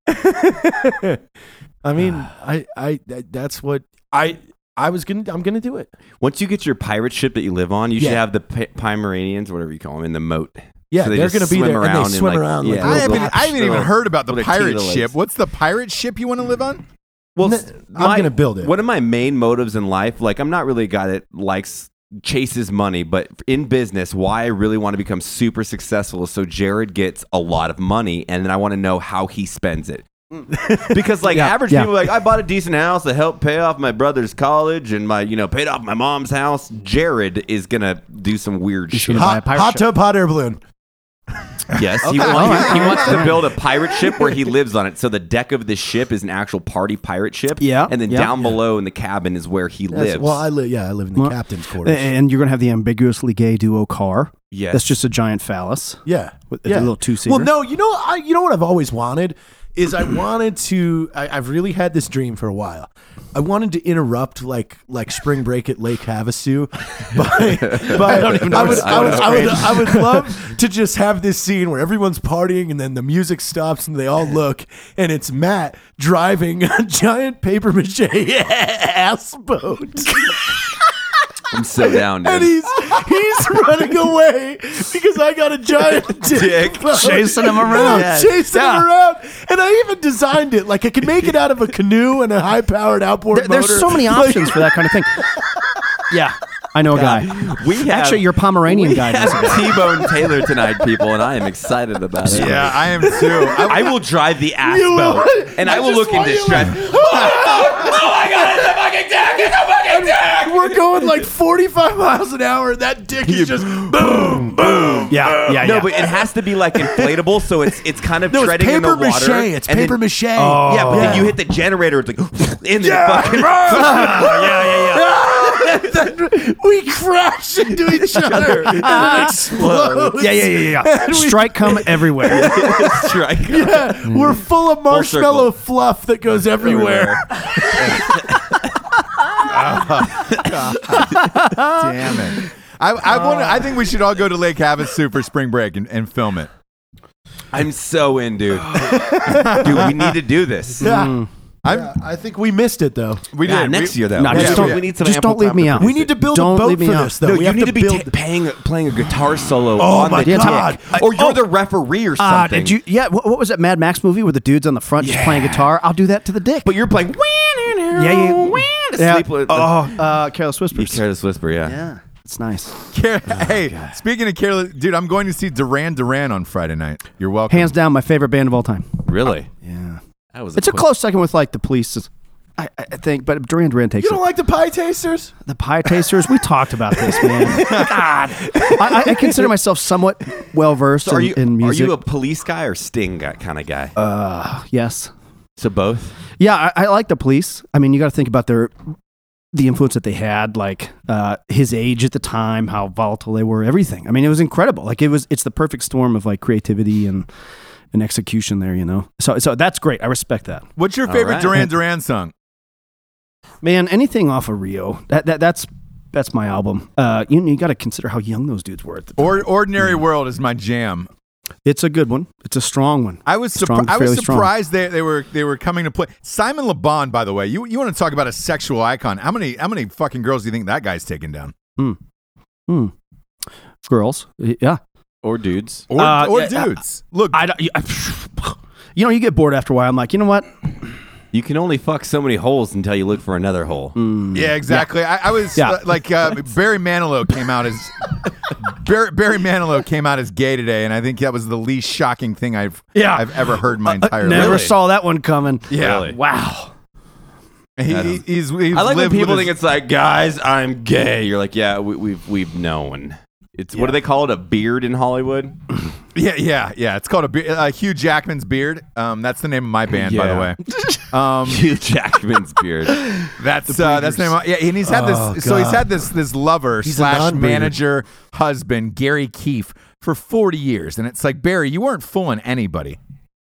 Speaker 3: I mean, I, I, that- that's what I, I was gonna, I'm gonna do it.
Speaker 2: Once you get your pirate ship that you live on, you should
Speaker 3: Yeah.
Speaker 2: have the P- Pomeranians, whatever you call them, in the moat.
Speaker 3: Yeah,
Speaker 2: So they
Speaker 3: they're
Speaker 2: just
Speaker 3: gonna be
Speaker 2: swim
Speaker 3: there, and they
Speaker 2: around
Speaker 3: swim around like
Speaker 4: I
Speaker 3: Little
Speaker 4: haven't,
Speaker 2: little-
Speaker 4: I haven't even
Speaker 2: little-
Speaker 4: head about the
Speaker 2: little
Speaker 4: pirate
Speaker 2: teeters.
Speaker 4: ship. What's the pirate ship you want to live on?
Speaker 2: Well,
Speaker 3: N-
Speaker 2: s-
Speaker 3: I'm gonna build it.
Speaker 2: One of my main motives in life, like I'm not really a guy that likes chases money, but in business, why I really want to become super successful is so Jared gets a lot of money, and then I want to know how he spends it.
Speaker 3: Mm.
Speaker 2: because like average
Speaker 5: yeah.
Speaker 2: people, are like I bought a decent house to help pay off my brother's college and my you know paid off my mom's house. Jared is gonna do some weird shit.
Speaker 5: gonna buy a
Speaker 3: Hot,
Speaker 5: pirate
Speaker 3: hot
Speaker 5: ship.
Speaker 3: tub, hot air balloon.
Speaker 2: Yes, he, wants, he wants to build a pirate ship where he lives on it. So the deck of the ship is an actual party pirate ship.
Speaker 5: Yeah,
Speaker 2: and then
Speaker 5: yeah.
Speaker 2: down below in the cabin is where he
Speaker 3: That's-
Speaker 2: lives.
Speaker 3: Well, I live, yeah, I live in the
Speaker 5: Well, eh,
Speaker 3: captain's quarters.
Speaker 5: And you're gonna have the ambiguously gay duo car.
Speaker 2: yes,
Speaker 5: That's just a giant phallus.
Speaker 3: yeah,
Speaker 5: With
Speaker 3: yeah.
Speaker 5: a little two seater.
Speaker 3: Well, no, you know, I, you know what I've always wanted is I wanted to. I, I've really had this dream for a while. I wanted to interrupt like like spring break at Lake Havasu, by, by I, would, I, would, I, would, I would love to just have this scene where everyone's partying and then the music stops and they all look and it's Matt driving a giant paper mache ass boat.
Speaker 2: I'm so down, dude.
Speaker 3: And he's he's running away because I got a giant dick,
Speaker 2: Dick.
Speaker 3: boat.
Speaker 5: Chasing him around.
Speaker 3: And I'm
Speaker 5: Yeah.
Speaker 3: chasing
Speaker 5: Yeah.
Speaker 3: him around. And I even designed it like I could make it out of a canoe and a high-powered outboard
Speaker 5: There- there's
Speaker 3: motor.
Speaker 5: so many
Speaker 3: Like,
Speaker 5: options for that kind of thing. Yeah, I know a guy.
Speaker 2: we have,
Speaker 5: Actually, your Pomeranian
Speaker 2: we
Speaker 5: guy.
Speaker 2: have
Speaker 5: does it.
Speaker 2: T-Bone Taylor tonight, people, and I am excited about it.
Speaker 4: Yeah, I am too. I,
Speaker 2: I will drive the ass
Speaker 3: You will.
Speaker 2: boat, and I, will
Speaker 3: just
Speaker 2: look in
Speaker 3: want you
Speaker 2: distress.
Speaker 3: We're going like 45 miles an hour. And that dick is just boom, boom.
Speaker 5: Yeah, yeah, yeah.
Speaker 2: No, but it has to be like inflatable, so it's it's kind of
Speaker 3: No, it's
Speaker 2: treading in the
Speaker 3: paper
Speaker 2: water.
Speaker 3: mache. It's
Speaker 2: and then- Oh.
Speaker 3: paper mache. Oh.
Speaker 2: Yeah, but
Speaker 3: Yeah.
Speaker 2: then you hit the generator, it's like in the fucking
Speaker 3: Then we crash into each other and it explodes.
Speaker 5: yeah, yeah, yeah, yeah.
Speaker 3: And we-
Speaker 5: Strike come everywhere.
Speaker 2: strike.
Speaker 3: Yeah, we're full of
Speaker 2: circle.
Speaker 3: marshmallow fluff that goes everywhere.
Speaker 4: damn it. I, I want. I think we should all go to Lake Havasu for spring break and, and film it.
Speaker 2: I'm so in, dude. dude, we need to do this.
Speaker 3: Yeah.
Speaker 4: I'm-
Speaker 3: Yeah, I think we missed it though.
Speaker 4: We
Speaker 2: Yeah,
Speaker 4: did
Speaker 2: next
Speaker 4: we,
Speaker 2: year though.
Speaker 5: No,
Speaker 2: We
Speaker 5: just
Speaker 2: should-
Speaker 5: don't-
Speaker 2: we need some
Speaker 5: just
Speaker 2: ample
Speaker 5: don't leave
Speaker 2: time
Speaker 5: me
Speaker 2: to
Speaker 5: out.
Speaker 2: produce
Speaker 3: We need
Speaker 2: it.
Speaker 3: to build
Speaker 5: Don't
Speaker 3: a boat
Speaker 5: leave me
Speaker 3: for
Speaker 5: out.
Speaker 3: this though.
Speaker 2: No,
Speaker 3: we
Speaker 2: you
Speaker 3: have
Speaker 2: need to,
Speaker 3: to
Speaker 2: be
Speaker 3: build.
Speaker 2: ta- paying playing a guitar solo
Speaker 3: Oh
Speaker 2: on
Speaker 3: my
Speaker 2: the dick.
Speaker 3: God.
Speaker 2: or you're
Speaker 3: Oh.
Speaker 2: the referee or
Speaker 5: Uh,
Speaker 2: something.
Speaker 5: did you? Yeah. What, what was that Mad Max movie where the dude's on the front just playing guitar? I'll do that to the dick.
Speaker 2: but you're playing. Yeah,
Speaker 5: yeah, yeah. Yeah.
Speaker 2: oh,
Speaker 5: uh, Careless
Speaker 2: you
Speaker 5: Whispers.
Speaker 2: careless whisper, yeah.
Speaker 5: yeah, it's nice.
Speaker 4: Care- hey, speaking of careless, dude, I'm going to see Duran Duran on Friday night. You're welcome.
Speaker 5: Hands down, my favorite band of all time.
Speaker 2: Really?
Speaker 5: Yeah.
Speaker 2: That was
Speaker 5: It's a
Speaker 2: quick-
Speaker 5: close second with like the police. I, I think, but Duran Duran takes
Speaker 3: You
Speaker 5: it.
Speaker 3: don't like the pie tasters?
Speaker 5: The pie tasters. We talked about this, man. God, I, I consider myself somewhat well versed
Speaker 2: So are
Speaker 5: in,
Speaker 2: you
Speaker 5: in music. Uh,
Speaker 2: are you a police guy or sting guy, kind of guy?
Speaker 5: yes.
Speaker 2: so both.
Speaker 5: Yeah, I, I like the police. I mean, you got to think about their the influence that they had, like uh, his age at the time, how volatile they were, everything. I mean, it was incredible. Like it was, it's the perfect storm of like creativity and and execution there. You know, so so that's great. I respect that,
Speaker 4: What's your
Speaker 2: All
Speaker 4: favorite
Speaker 2: right.
Speaker 4: Duran Duran song?
Speaker 5: man. Anything off of Rio, that, that that's that's my album. Uh, you you got to consider how young those dudes were. At the time.
Speaker 4: Or Ordinary
Speaker 2: Hmm.
Speaker 4: World is my jam.
Speaker 5: It's a good one. It's a strong one.
Speaker 4: I was surpri-
Speaker 5: Strong,
Speaker 4: I was
Speaker 5: fairly strong.
Speaker 4: surprised they, they were they were coming to play. Simon LeBon, by the way, you, you want to talk about a sexual icon? How many how many fucking girls do you think that guy's taking down?
Speaker 5: Girls, yeah.
Speaker 2: Or dudes.
Speaker 4: Or,
Speaker 5: Uh,
Speaker 4: or
Speaker 5: yeah,
Speaker 4: dudes? Look,
Speaker 5: I don't. You, you know, you get bored after a while. I'm like, you know what?
Speaker 2: You can only fuck so many holes until you look for another hole.
Speaker 4: yeah, exactly. I, I was
Speaker 5: Yeah.
Speaker 4: uh, like uh, Barry Manilow came out as Barry, Barry Manilow came out as gay today, and I think that was the least shocking thing I've
Speaker 5: Yeah. Uh,
Speaker 4: I've ever heard in my entire
Speaker 5: Never
Speaker 4: life.
Speaker 5: saw that one coming.
Speaker 4: Yeah.
Speaker 2: Really?
Speaker 5: Wow.
Speaker 4: He- he- he's, he's
Speaker 2: I like when
Speaker 4: lived with
Speaker 2: people
Speaker 4: his-
Speaker 2: think it's like, guys, I'm gay. You're like, yeah, we, we've we've known. It's what do they call it? A beard in Hollywood?
Speaker 4: Yeah, yeah, yeah. It's called a be- uh, Hugh Jackman's beard. Um, that's the name of my band, by the
Speaker 2: Yeah.
Speaker 4: way. Um,
Speaker 2: Hugh Jackman's beard.
Speaker 4: that's uh, that's the name. Of, yeah, and he's had this.
Speaker 3: Oh,
Speaker 4: so he's
Speaker 3: God.
Speaker 4: had this this lover
Speaker 3: He's a
Speaker 4: slash
Speaker 3: non-breeder.
Speaker 4: manager husband Gary Keefe for forty years, and it's like Barry, you weren't fooling anybody.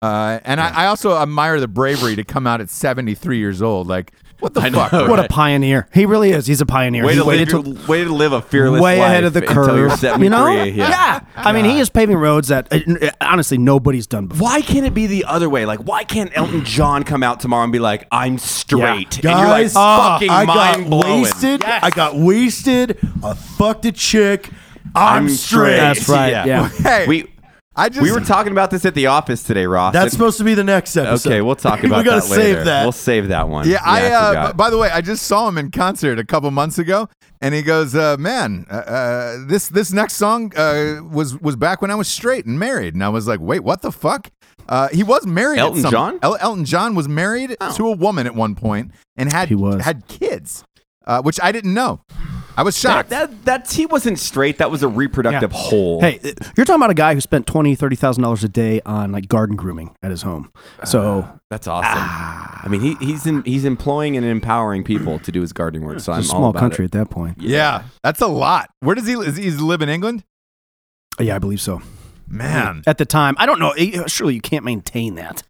Speaker 4: Uh, and I, I also admire the bravery to come out at seventy three years old. Like what the
Speaker 2: I
Speaker 4: fuck?
Speaker 2: know,
Speaker 4: bro?
Speaker 5: What a
Speaker 2: Right.
Speaker 5: pioneer. He really is. He's a pioneer.
Speaker 2: Way
Speaker 5: he
Speaker 2: to, live,
Speaker 5: waited till
Speaker 2: your- way to live a fearless
Speaker 5: way
Speaker 2: life
Speaker 5: ahead of the
Speaker 2: until you're
Speaker 5: curve.
Speaker 2: 73.
Speaker 5: You know?
Speaker 2: Yeah.
Speaker 5: I mean, he is paving roads that uh, n- uh, honestly nobody's done before.
Speaker 2: Why can't it be the other way? Like, why can't Elton John come out tomorrow and be like, I'm straight? and you're like,
Speaker 3: Guys, uh,
Speaker 2: fucking
Speaker 3: I
Speaker 2: mind
Speaker 3: got
Speaker 2: blowing.
Speaker 3: wasted. I got wasted. I fucked a chick. I'm,
Speaker 2: I'm
Speaker 3: straight.
Speaker 2: straight.
Speaker 5: That's right. Yeah.
Speaker 4: Hey,
Speaker 2: We,
Speaker 4: I just
Speaker 2: we were talking about this at the office today, Ross.
Speaker 3: That's
Speaker 2: And-
Speaker 3: supposed to be the next episode.
Speaker 2: Okay, we'll talk about
Speaker 3: we gotta
Speaker 2: that later.
Speaker 3: save that.
Speaker 2: We'll save that one.
Speaker 4: Yeah, I. uh,
Speaker 2: forgot.
Speaker 4: b- by the way, I just saw him in concert a couple months ago, and he goes, uh, "Man, uh, uh, this this next song uh, was was back when I was straight and married." And I was like, "Wait, what the fuck?" Uh, he was married. at
Speaker 2: Elton
Speaker 4: some-
Speaker 2: John? Oh.
Speaker 4: El- Elton John was married to a woman at one point and had
Speaker 5: He was.
Speaker 4: had kids, uh, which I didn't know. I was
Speaker 2: that,
Speaker 4: shocked.
Speaker 2: that that's he wasn't straight. That was a reproductive hole.
Speaker 5: Hey, uh, you're talking about a guy who spent twenty, thirty thousand dollars a day on like garden grooming at his home. So
Speaker 2: that's awesome. I mean, he, he's in, he's employing and empowering people to do his gardening work. So I'm
Speaker 5: it's a
Speaker 2: all
Speaker 5: small
Speaker 2: about
Speaker 5: country
Speaker 2: It.
Speaker 5: at that point.
Speaker 4: yeah. that's a lot. Where does he? Is he, does he live in England?
Speaker 5: Uh, Yeah, I believe so.
Speaker 4: Man,
Speaker 5: At the time, I don't know. eh, Surely you can't maintain that.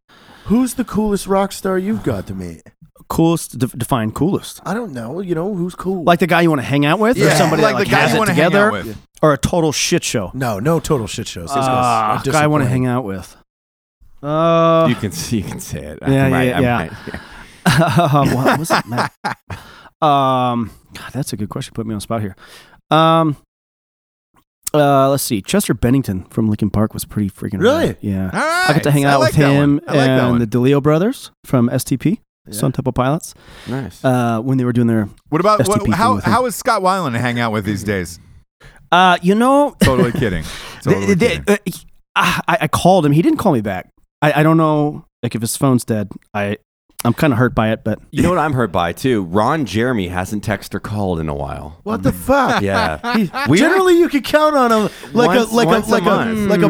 Speaker 3: Who's the coolest rock star you've got to meet?
Speaker 5: Coolest, de- define coolest.
Speaker 3: I don't know. You know who's cool?
Speaker 5: Like the guy you want to hang out with,
Speaker 4: Yeah.
Speaker 5: or somebody
Speaker 4: Like the
Speaker 5: that like
Speaker 4: guy
Speaker 5: has
Speaker 4: you
Speaker 5: it
Speaker 4: wanna hang out
Speaker 5: together,
Speaker 4: with.
Speaker 5: or a total shit show.
Speaker 3: no, no total shit shows. Those guys are
Speaker 5: Ah, guy I want
Speaker 3: disappointing.
Speaker 5: to hang out with. Uh,
Speaker 2: You can see, you can say it.
Speaker 5: Yeah,
Speaker 2: I'm right,
Speaker 5: yeah,
Speaker 2: I'm
Speaker 5: yeah.
Speaker 2: right.
Speaker 5: um, what was it, Matt? Um, God, that's a good question. Put me on the spot here. Um, uh, let's see. Chester Bennington from Lincoln Park was pretty freaking.
Speaker 3: Really?
Speaker 5: rad. Yeah.
Speaker 4: all right.
Speaker 5: I got to hang out
Speaker 4: like
Speaker 5: with
Speaker 4: that one.
Speaker 5: him
Speaker 4: I like that
Speaker 5: and
Speaker 4: one.
Speaker 5: the DeLeo brothers from STP, Stone Temple Pilots,
Speaker 2: Nice.
Speaker 5: uh, when they were doing their.
Speaker 4: what about
Speaker 5: STP
Speaker 4: what,
Speaker 5: thing
Speaker 4: how
Speaker 5: with him.
Speaker 4: how is Scott Weiland to hang out with these days?
Speaker 5: Uh, you know,
Speaker 4: Totally kidding. Totally
Speaker 5: They- they-
Speaker 4: kidding.
Speaker 5: uh, he- I, I called him. He didn't call me back. I, I don't know, like if his phone's dead. I I'm kind of hurt by it, but
Speaker 2: you know what I'm hurt by too? Ron Jeremy hasn't texted or called in a while.
Speaker 3: What the fuck?
Speaker 2: Yeah.
Speaker 3: He-
Speaker 2: We-
Speaker 3: Generally, you could count on him like
Speaker 2: Once-
Speaker 3: a like
Speaker 2: once a
Speaker 3: a like a,
Speaker 2: month. Hmm.
Speaker 3: like a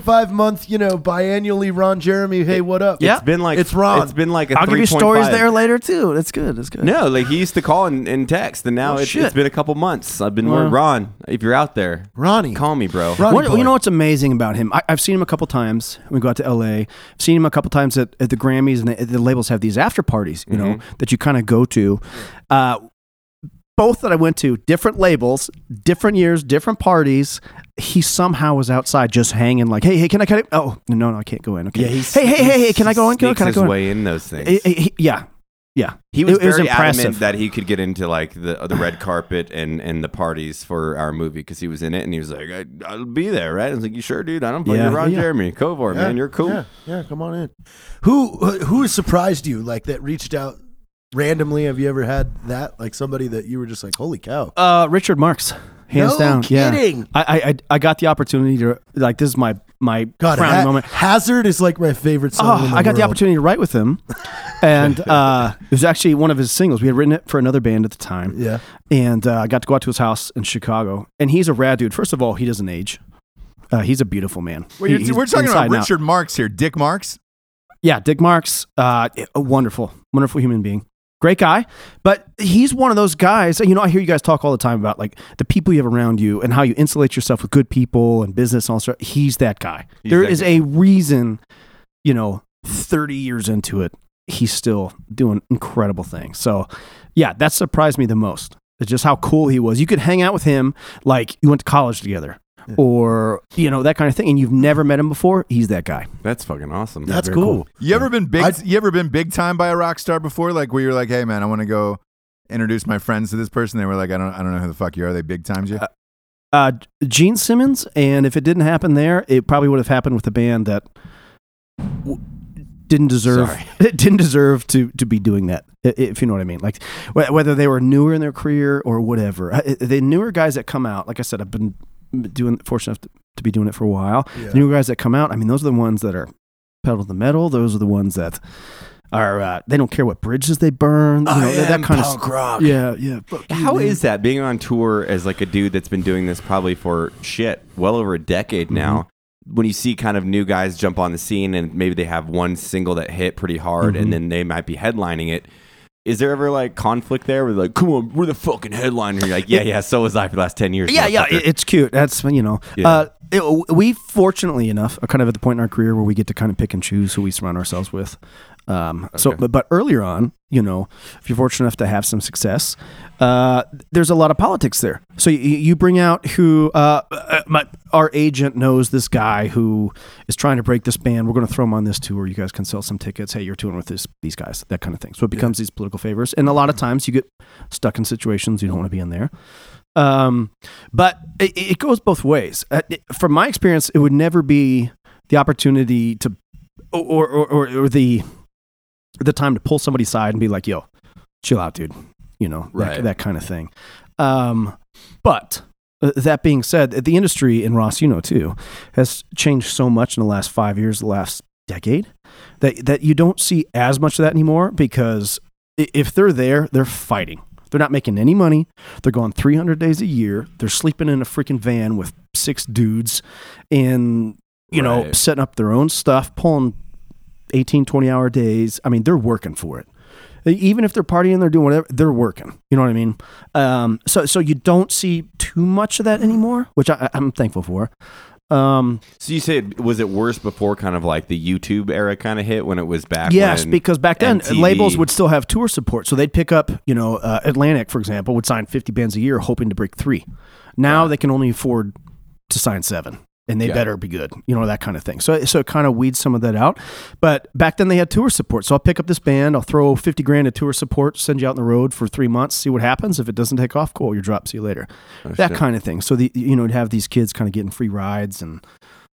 Speaker 3: 1.5 month, you know, biannually Ron Jeremy. Hey, what up?
Speaker 5: Yeah.
Speaker 2: It's been like
Speaker 3: It's Ron.
Speaker 2: It's been like a
Speaker 5: I'll give you
Speaker 2: 3.5.
Speaker 5: stories there later too. That's good. That's good.
Speaker 2: No, like he used to call and, and text, and now
Speaker 5: Well,
Speaker 2: it's,
Speaker 5: shit.
Speaker 2: it's been a couple months. I've been
Speaker 5: Well.
Speaker 2: worried, Ron. If you're out there,
Speaker 3: Ronnie.
Speaker 2: call me, bro.
Speaker 3: Ronnie
Speaker 5: What,
Speaker 3: boy.
Speaker 5: you know what's amazing about him? I, I've seen him a couple times. when We go out to LA. I've seen him a couple times at, at the Grammys, and the, the labels have these after parties, you know, that you kind of go to. Uh, both that I went to, different labels, different years, different parties. He somehow was outside just hanging, like, hey, hey, can I cut it? Oh, no, no, I can't go in. Okay.
Speaker 2: Yeah, he's,
Speaker 5: hey, hey, hey, hey, can I go in? Can I
Speaker 2: Sneaks
Speaker 5: can I
Speaker 2: his
Speaker 5: go in?
Speaker 2: way in those things.
Speaker 5: Eh, eh, he- yeah, yeah.
Speaker 2: He was
Speaker 5: It- it was
Speaker 2: very adamant
Speaker 5: impressive.
Speaker 2: that he could get into like the uh, the red carpet and and the parties for our movie because he was in it and he was like, I, "I'll be there, right?" I was like, "You sure, dude? I don't play
Speaker 5: Yeah.
Speaker 2: you Ron
Speaker 5: Yeah.
Speaker 2: Jeremy Kovar, man. You're cool."
Speaker 3: Yeah, yeah, come on in. Who who has surprised you like that? Reached out randomly. Have you ever had that? Like somebody that you were just like, holy cow.
Speaker 5: Uh, Richard Marks. hands
Speaker 3: No
Speaker 5: down. Yeah,
Speaker 3: kidding.
Speaker 5: I, I- I I got the opportunity to like this is my my
Speaker 3: God,
Speaker 5: crowning
Speaker 3: Ha-
Speaker 5: moment.
Speaker 3: Hazard is like my favorite song.
Speaker 5: Oh,
Speaker 3: in
Speaker 5: I got the
Speaker 3: world.
Speaker 5: opportunity to write with him, and uh, it was actually one of his singles. We had written it for another band at the time.
Speaker 3: Yeah.
Speaker 5: and uh, I got to go out to his house in Chicago, and he's a rad dude. First of all, he doesn't age. Uh, he's a beautiful man.
Speaker 4: Well,
Speaker 5: He-
Speaker 4: you're,
Speaker 5: he's
Speaker 4: we're talking
Speaker 5: inside
Speaker 4: about
Speaker 5: and out.
Speaker 4: Richard Marks here, Dick Marks.
Speaker 5: Yeah, Dick Marks, uh, a wonderful, wonderful human being. Great guy, but he's one of those guys. You know, I hear you guys talk all the time about like the people you have around you and how you insulate yourself with good people and business and all sort. He's that guy.
Speaker 2: He's
Speaker 5: there
Speaker 2: that
Speaker 5: is
Speaker 2: guy.
Speaker 5: a reason, you know, thirty years into it, he's still doing incredible things. So, yeah, that surprised me the most. It's just how cool he was. You could hang out with him like you went to college together, or you know that kind of thing, and you've never met him before. He's that guy.
Speaker 2: That's fucking awesome.
Speaker 3: That's
Speaker 5: Very
Speaker 3: cool.
Speaker 5: cool.
Speaker 4: You ever been big?
Speaker 3: I'd-
Speaker 4: you ever been big time by a rock star before? Like where you're like, hey man, I want to go introduce my friends to this person. They were like, I don't, I don't know who the fuck you are. They big times you.
Speaker 5: uh, Gene Simmons, and if it didn't happen there, it probably would have happened with a band that w- didn't deserve
Speaker 2: Sorry.
Speaker 5: it didn't deserve to to be doing that. i- i- If you know what I mean, like wh- whether they were newer in their career or whatever, I- I- the newer guys that come out, like I said, I've been doing fortunate enough to, to be doing it for a while.
Speaker 3: Yeah.
Speaker 5: The newer guys that come out, I mean, those are the ones that are pedal to the metal. Those are the ones that are uh, they don't care what bridges they burn. You know,
Speaker 3: I
Speaker 5: that, that
Speaker 3: am
Speaker 5: kind
Speaker 3: punk
Speaker 5: of
Speaker 3: rock.
Speaker 5: yeah, yeah. fuck you,
Speaker 2: How
Speaker 5: man.
Speaker 2: is that being on tour as like a dude that's been doing this probably for shit well over a decade now?
Speaker 5: Mm-hmm.
Speaker 2: When you see kind of new guys jump on the scene and maybe they have one single that hit pretty hard
Speaker 5: Mm-hmm.
Speaker 2: and then they might be headlining it. Is there ever like conflict there where like, come on, we're the fucking headliner? You're like, yeah, yeah, so was I for the last 10 years.
Speaker 5: Yeah, yeah,
Speaker 2: motherfucker."
Speaker 5: it- it's cute. That's you know,
Speaker 2: Yeah.
Speaker 5: uh, it- we fortunately enough are kind of at the point in our career where we get to kind of pick and choose who we surround ourselves with. Um, So, but, but earlier on, you know, if you're fortunate enough to have some success, uh, there's a lot of politics there. So you, you bring out who uh, uh, my, our agent knows this guy who is trying to break this band. We're going to throw him on this tour. You guys can sell some tickets. Hey, you're touring with this, these guys, that kind of thing. So it becomes these political favors, and a lot of
Speaker 2: Mm-hmm.
Speaker 5: times you get stuck in situations you don't want to be in there. Um, but it, it goes both ways. Uh, it- from my experience, it would never be the opportunity to, or or, or, or the the time to pull somebody aside and be like, "Yo, chill out, dude," you know, that-
Speaker 2: Right.
Speaker 5: that, kind of thing. Um, but uh, that being said, the industry and Ross, you know too, has changed so much in the last five years, the last decade, that that you don't see as much of that anymore because i- if they're there, they're fighting. They're not making any money. They're going 300 days a year. They're sleeping in a freaking van with six dudes and, you know,
Speaker 2: Right.
Speaker 5: setting up their own stuff, pulling 18, 20 hour days. I mean, they're working for it. E, Even if they're partying, they're doing whatever, they're working. You know what I mean? Um, so, so you don't see too much of that anymore, which I, I'm thankful for. Um,
Speaker 2: So you said, was it worse before kind of like the YouTube era kind of hit when it was back?
Speaker 5: Yes,
Speaker 2: when
Speaker 5: because back then
Speaker 2: MTV
Speaker 5: labels would still have tour support, so they'd pick up, you know, uh, Atlantic for example would sign fifty bands a year, hoping to break three. Now they can only afford to sign seven, and they
Speaker 2: Yeah.
Speaker 5: better be good, you know, that kind of thing. So so it kind of weeds some of that out. But back then they had tour support, so I'll pick up this band, I'll throw fifty grand at tour support, send you out on the road for three months, see what happens. If it doesn't take off, cool, you're dropped. See you later. that kind of thing. So the you know to have these kids kind of getting free rides and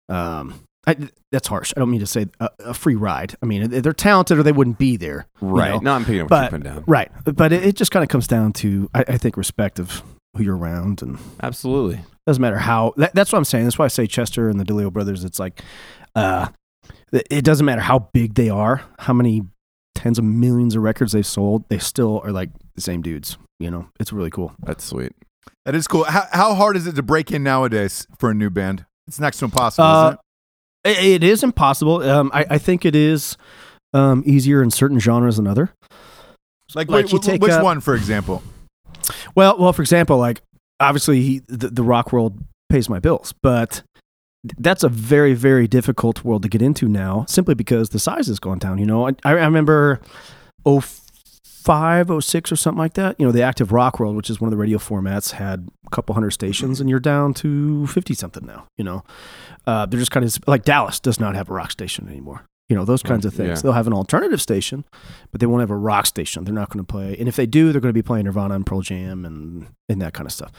Speaker 5: um, I, that's harsh. I don't mean to say a, a free ride. I mean they're talented or they wouldn't be there. you
Speaker 2: Right.
Speaker 5: know?
Speaker 2: No, I'm picking up what you're
Speaker 5: but
Speaker 2: putting down.
Speaker 5: right, but it, it just kind of comes down to I, I think respect of who you're around and
Speaker 2: Absolutely.
Speaker 5: doesn't matter how. That, that's what I'm saying. That's why I say Chester and the Delio brothers. It's like uh, it it doesn't matter how big they are, how many tens of millions of records they've sold. They still are like the same dudes. You know, it's really cool.
Speaker 2: That's sweet.
Speaker 4: That is cool. How, how hard is it to break in nowadays for a new band? It's next to impossible.
Speaker 5: Uh,
Speaker 4: isn't it?
Speaker 5: It, it is impossible. Um, I, I think it is um, easier in certain genres than other.
Speaker 4: Like,
Speaker 5: like
Speaker 4: wh-
Speaker 5: you
Speaker 4: wh-
Speaker 5: take
Speaker 4: which
Speaker 5: a-
Speaker 4: one, for example?
Speaker 5: Well, well, for example, like obviously he, the, the rock world pays my bills, but th- that's a very very difficult world to get into now, simply because the size has gone down. You know, I, I remember oh five oh six or something like that. You know, the active rock world, which is one of the radio formats, had a couple hundred stations, and you're down to fifty something now. You know, uh, they're just kind of like Dallas does not have a rock station anymore. You know those kinds of things.
Speaker 2: yeah.
Speaker 5: They'll have an alternative station, but they won't have a rock station. They're not going to play, and if they do, they're going to be playing Nirvana and Pearl Jam and and that kind of stuff.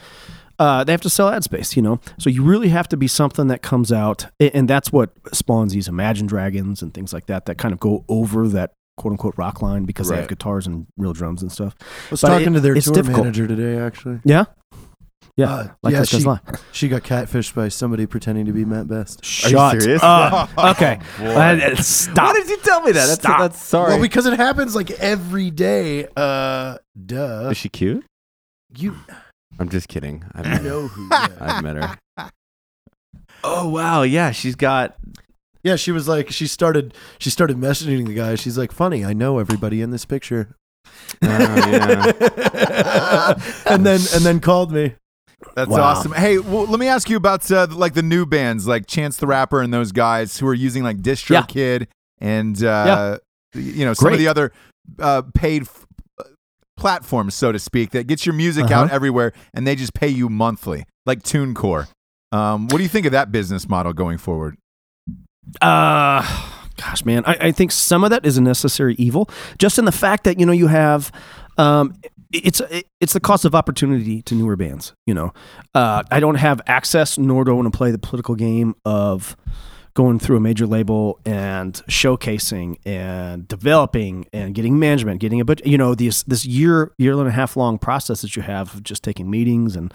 Speaker 5: Uh, they have to sell ad space, you know. So you really have to be something that comes out, a- and that's what spawns these Imagine Dragons and things like that that kind of go over that quote unquote rock line because they have
Speaker 2: Right.
Speaker 5: guitars and real drums and stuff.
Speaker 3: I was
Speaker 5: But
Speaker 3: talking
Speaker 5: it-
Speaker 3: to their
Speaker 5: it's
Speaker 3: tour
Speaker 5: difficult.
Speaker 3: manager today, actually.
Speaker 5: Yeah, Yeah,
Speaker 3: Uh,
Speaker 5: like
Speaker 3: yeah,
Speaker 5: This Does
Speaker 3: she,
Speaker 5: Lie.
Speaker 3: she got catfished by somebody pretending to be Matt Best.
Speaker 5: Shut
Speaker 4: serious?
Speaker 5: up. okay.
Speaker 4: boy.
Speaker 5: Uh, Stop.
Speaker 2: Why did you tell me that? That's,
Speaker 5: Stop.
Speaker 2: that's sorry.
Speaker 3: Well, because it happens like every day. Uh, duh.
Speaker 2: Is she cute?
Speaker 3: You
Speaker 2: I'm just kidding. I've met her.
Speaker 3: know who? you are.
Speaker 2: I've met her. Oh wow, yeah, she's got.
Speaker 3: yeah, she was like, she started, she started messaging the guy. She's like, funny, I know everybody in this picture.
Speaker 2: oh, yeah.
Speaker 3: and then and then called me.
Speaker 4: That's
Speaker 3: Wow.
Speaker 4: awesome. Hey, well, let me ask you about uh, like the new bands, like Chance the Rapper and those guys who are using like DistroKid
Speaker 5: Yeah.
Speaker 4: Kid and uh, you know some of
Speaker 5: Great.
Speaker 4: the other uh, paid f- platforms, so to speak, that gets your music
Speaker 3: Uh-huh.
Speaker 4: out everywhere, and they just pay you monthly, like TuneCore. Um, what do you think of that business model going forward?
Speaker 5: uh gosh man I, I think some of that is a necessary evil just in the fact that you know you have um i- it's it's the cost of opportunity to newer bands you know uh i don't have access nor do i want to play the political game of going through a major label and showcasing and developing and getting management getting a but you know this this year year and a half long process that you have of just taking meetings and